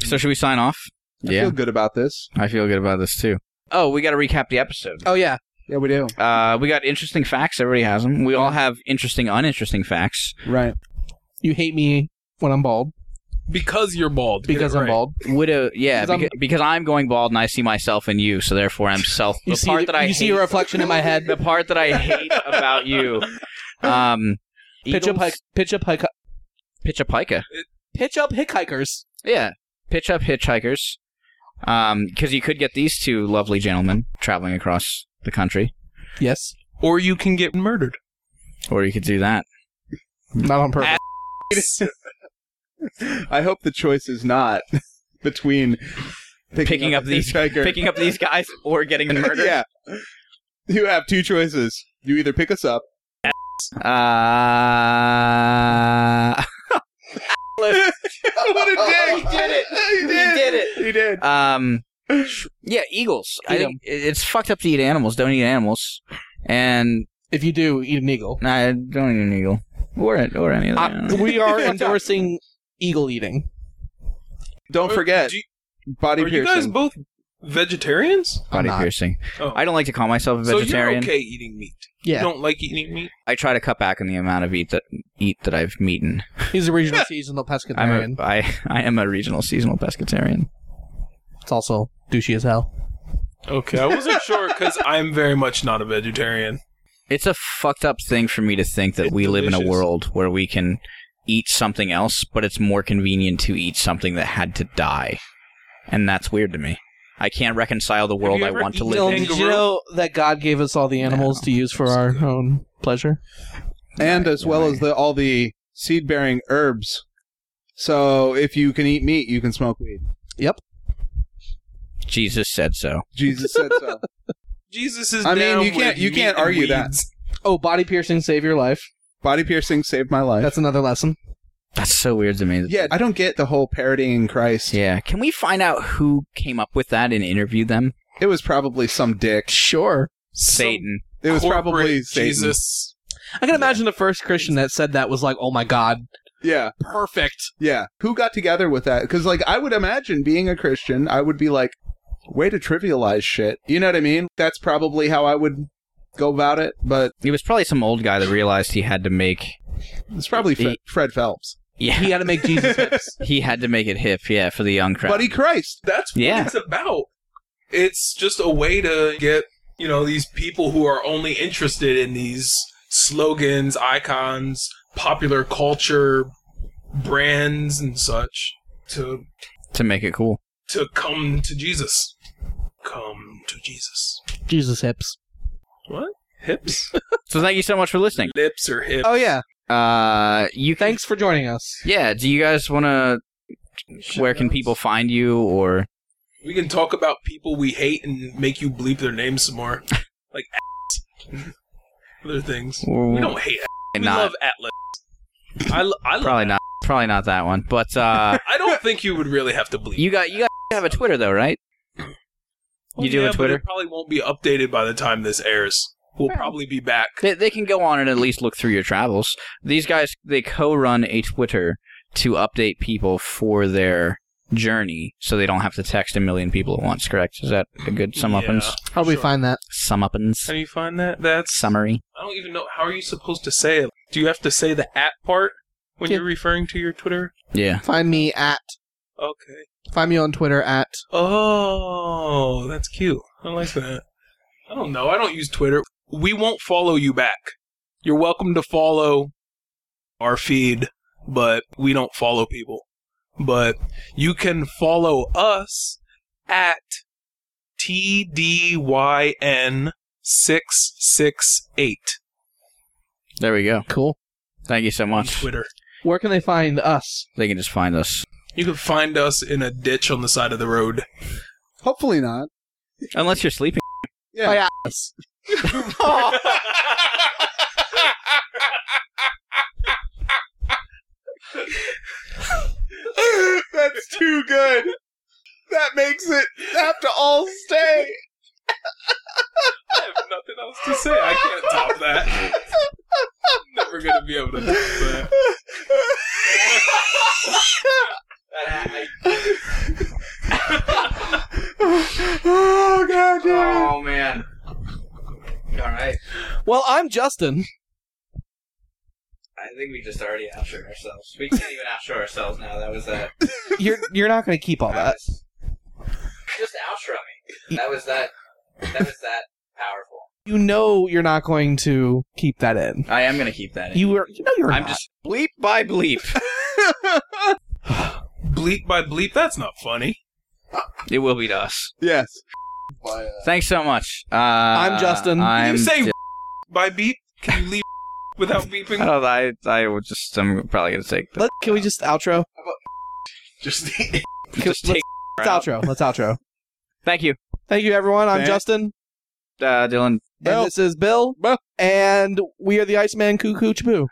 [SPEAKER 9] So should we sign off?
[SPEAKER 5] I feel good about this.
[SPEAKER 9] I feel good about this too. Oh, we got to recap the episode.
[SPEAKER 4] Oh yeah,
[SPEAKER 5] Yeah, we do.
[SPEAKER 9] Uh, we got interesting facts. Everybody has them. We all have interesting, uninteresting facts.
[SPEAKER 5] Right.
[SPEAKER 4] you hate me when I'm bald
[SPEAKER 2] because you're bald. Get
[SPEAKER 4] because
[SPEAKER 2] it
[SPEAKER 4] I'm
[SPEAKER 2] right.
[SPEAKER 4] bald.
[SPEAKER 9] Widow, yeah,
[SPEAKER 4] Because I'm-
[SPEAKER 9] because, because I'm going bald and I see myself in you, so therefore I'm self.
[SPEAKER 4] You
[SPEAKER 9] the
[SPEAKER 4] see,
[SPEAKER 9] part that I
[SPEAKER 4] you see
[SPEAKER 9] hate,
[SPEAKER 4] a reflection in my head.
[SPEAKER 9] the part that I hate about you. Um,
[SPEAKER 4] Pitch up, hike, pitch up, hike,
[SPEAKER 9] pitch up pica.
[SPEAKER 4] pitch up, hitchhikers.
[SPEAKER 9] Yeah, pitch up hitchhikers. Um, because you could get these two lovely gentlemen traveling across the country,
[SPEAKER 4] Yes,
[SPEAKER 2] Or you can get murdered.
[SPEAKER 9] or you could do that.
[SPEAKER 4] not on purpose.
[SPEAKER 9] Ah.
[SPEAKER 5] I hope the choice is not between picking,
[SPEAKER 9] Picking up
[SPEAKER 5] a
[SPEAKER 9] these-
[SPEAKER 5] hitchhiker-
[SPEAKER 9] Picking up these guys or getting murdered.
[SPEAKER 5] yeah. You have two choices. You either pick us up.
[SPEAKER 9] Uh,
[SPEAKER 5] what a dick!
[SPEAKER 9] He did it!
[SPEAKER 5] He did
[SPEAKER 9] it!
[SPEAKER 5] He did.
[SPEAKER 9] Um, yeah, eagles. I
[SPEAKER 4] Eat
[SPEAKER 9] think it- it's fucked up to eat animals. Don't eat animals. And
[SPEAKER 4] If you do, eat an eagle.
[SPEAKER 9] nah, I don't eat an eagle or or any of that.
[SPEAKER 4] Uh, we are endorsing eagle eating.
[SPEAKER 5] Don't
[SPEAKER 2] Or
[SPEAKER 5] forget
[SPEAKER 2] do you-
[SPEAKER 5] body
[SPEAKER 2] Are you guys
[SPEAKER 5] piercing.
[SPEAKER 2] both vegetarians?
[SPEAKER 9] body
[SPEAKER 4] not.
[SPEAKER 9] piercing.
[SPEAKER 2] Oh.
[SPEAKER 9] I don't like to call myself a vegetarian.
[SPEAKER 2] So you're okay eating meat. You
[SPEAKER 4] Yeah,
[SPEAKER 2] don't like eating meat.
[SPEAKER 9] I try to cut back on the amount of eat that eat that I've eaten.
[SPEAKER 4] he's a regional seasonal pescatarian.
[SPEAKER 9] I'm a, I I am a regional seasonal pescatarian.
[SPEAKER 4] it's also douchey as hell.
[SPEAKER 2] Okay, I wasn't sure because I'm very much not a vegetarian.
[SPEAKER 9] It's a fucked up thing for me to think that
[SPEAKER 2] It's
[SPEAKER 9] we live in a
[SPEAKER 2] delicious.
[SPEAKER 9] world where we can eat something else, but it's more convenient to eat something that had to die, and that's weird to me. I can't reconcile the world
[SPEAKER 2] you
[SPEAKER 9] I
[SPEAKER 2] ever
[SPEAKER 9] want to
[SPEAKER 2] eaten
[SPEAKER 9] live
[SPEAKER 4] Dylan,
[SPEAKER 9] in.
[SPEAKER 4] did you
[SPEAKER 2] kangaroo?
[SPEAKER 4] know that God gave us all the animals to use for our own pleasure?
[SPEAKER 5] And as well
[SPEAKER 9] Right.
[SPEAKER 5] as the all the seed bearing herbs. So if you can eat meat, you can smoke weed.
[SPEAKER 9] Jesus said so.
[SPEAKER 5] Jesus said so.
[SPEAKER 2] Jesus is.
[SPEAKER 5] I mean,
[SPEAKER 2] down
[SPEAKER 5] you can't-
[SPEAKER 2] with
[SPEAKER 5] you
[SPEAKER 2] meat
[SPEAKER 5] can't
[SPEAKER 2] and
[SPEAKER 5] argue that.
[SPEAKER 2] weeds.
[SPEAKER 4] Oh, body piercing save your life.
[SPEAKER 5] Body piercing saved my life.
[SPEAKER 4] That's another lesson.
[SPEAKER 9] That's so weird to me.
[SPEAKER 5] yeah, I don't get the whole parodying Christ.
[SPEAKER 9] Yeah. Can we find out who came up with that and interview them?
[SPEAKER 5] It was probably some dick.
[SPEAKER 4] Sure.
[SPEAKER 2] Some
[SPEAKER 9] Satan.
[SPEAKER 5] It was
[SPEAKER 2] corporate
[SPEAKER 5] probably Satan.
[SPEAKER 2] Jesus.
[SPEAKER 4] I can imagine the first Christian that said that was like, "Oh my God,
[SPEAKER 5] Yeah.
[SPEAKER 2] Perfect.
[SPEAKER 5] Yeah. Who got together with that? Because, like, I would imagine being a Christian, I would be like, way to trivialize shit. You know what I mean? That's probably how I would go about it, but
[SPEAKER 9] It was probably some old guy that realized he had to make.
[SPEAKER 5] it's probably Fred,
[SPEAKER 9] He-
[SPEAKER 5] Fred Phelps.
[SPEAKER 9] Yeah.
[SPEAKER 4] he had to make Jesus." hips."
[SPEAKER 9] He had to make it hip. Yeah, for the young crowd.
[SPEAKER 5] Buddy Christ.
[SPEAKER 2] That's what
[SPEAKER 9] Yeah.
[SPEAKER 2] it's about. It's just a way to get, you know, these people who are only interested in these slogans, icons, popular culture, brands and such to
[SPEAKER 9] to make it cool.
[SPEAKER 2] to come to Jesus. Come to Jesus.
[SPEAKER 4] Jesus hips.
[SPEAKER 2] What? Hips?
[SPEAKER 9] So thank you so much for listening.
[SPEAKER 2] Lips or hips?
[SPEAKER 4] Oh yeah.
[SPEAKER 9] Uh, you can,
[SPEAKER 4] Thanks for joining us.
[SPEAKER 9] Yeah. Do you guys want to? Where can people find you? Or
[SPEAKER 2] We can talk about people we hate and make you bleep their names some more. Like ass. other things.
[SPEAKER 9] Mm.
[SPEAKER 2] We don't hate ass. We
[SPEAKER 9] not
[SPEAKER 2] love Atlas. I, lo- I love
[SPEAKER 9] probably not probably not that one. But uh,
[SPEAKER 2] I don't think you would really have to bleep.
[SPEAKER 9] you got you got have a Twitter though, right?
[SPEAKER 2] Well,
[SPEAKER 9] you do
[SPEAKER 2] Oh, yeah,
[SPEAKER 9] a
[SPEAKER 2] but
[SPEAKER 9] Twitter?
[SPEAKER 2] it probably won't be updated by the time this airs. We'll probably be back.
[SPEAKER 9] They, they can go on and at least look through your travels. These guys, they co-run a Twitter to update people for their journey, so they don't have to text a million people at once. Correct? Is that a good sum uppins?
[SPEAKER 2] Yeah.
[SPEAKER 4] How do we
[SPEAKER 2] Sure.
[SPEAKER 4] find that?
[SPEAKER 9] Sum uppins.
[SPEAKER 2] How do you find that? That's
[SPEAKER 9] Summary.
[SPEAKER 2] I don't even know how are you supposed to say it. Do you have to say the at part when
[SPEAKER 4] Yeah.
[SPEAKER 2] you're referring to your Twitter?
[SPEAKER 9] Yeah.
[SPEAKER 4] Find me at.
[SPEAKER 2] Okay.
[SPEAKER 4] Find me on Twitter at.
[SPEAKER 2] Oh, that's cute. I like that. I don't know. I don't use Twitter. We won't follow you back. You're welcome to follow our feed, but we don't follow people. But you can follow us at TDYN668
[SPEAKER 9] There we go.
[SPEAKER 4] Cool.
[SPEAKER 9] Thank you so
[SPEAKER 2] on
[SPEAKER 9] much.
[SPEAKER 2] Twitter.
[SPEAKER 4] Where can they find us?
[SPEAKER 9] They can just find us.
[SPEAKER 2] You can find us in a ditch on the side of the road.
[SPEAKER 5] Hopefully not.
[SPEAKER 9] Unless you're sleeping.
[SPEAKER 5] Yeah.
[SPEAKER 4] Oh, yeah.
[SPEAKER 5] That's too good. That makes it have to all stay.
[SPEAKER 2] I have nothing else to say. I can't top that. Never gonna be able to top that.
[SPEAKER 5] oh god damn it.
[SPEAKER 9] man. All right.
[SPEAKER 4] Well, I'm Justin.
[SPEAKER 9] I think we just already outshot ourselves. We can't even outshot ourselves now. That was that.
[SPEAKER 4] You're you're not going to keep all that.
[SPEAKER 9] Just outshot me. That was that. That was that powerful.
[SPEAKER 4] You know you're not going to keep that in.
[SPEAKER 9] I am gonna keep that. in.
[SPEAKER 4] You were. You know you're.
[SPEAKER 9] I'm
[SPEAKER 4] not.
[SPEAKER 9] just bleep by bleep.
[SPEAKER 2] Bleep by bleep. That's not funny.
[SPEAKER 9] it will be to us.
[SPEAKER 5] Yes.
[SPEAKER 12] By, uh,
[SPEAKER 9] Thanks so much. Uh, I'm
[SPEAKER 4] Justin. You
[SPEAKER 2] Can
[SPEAKER 9] I'm
[SPEAKER 2] you say
[SPEAKER 9] Di-
[SPEAKER 2] by beep? Can you leave without beeping?
[SPEAKER 9] I don't. Oh, I I would just. I'm probably gonna take. The,
[SPEAKER 4] Let, can we just outro?
[SPEAKER 12] just
[SPEAKER 9] just take.
[SPEAKER 4] Let's outro. Let's outro.
[SPEAKER 9] Thank you,
[SPEAKER 4] Thank you, everyone. I'm
[SPEAKER 5] Thank-
[SPEAKER 4] Justin.
[SPEAKER 9] uh, Dylan.
[SPEAKER 4] And this is Bill.
[SPEAKER 5] Bill.
[SPEAKER 4] And we are the Iceman Cuckoo Chaboo.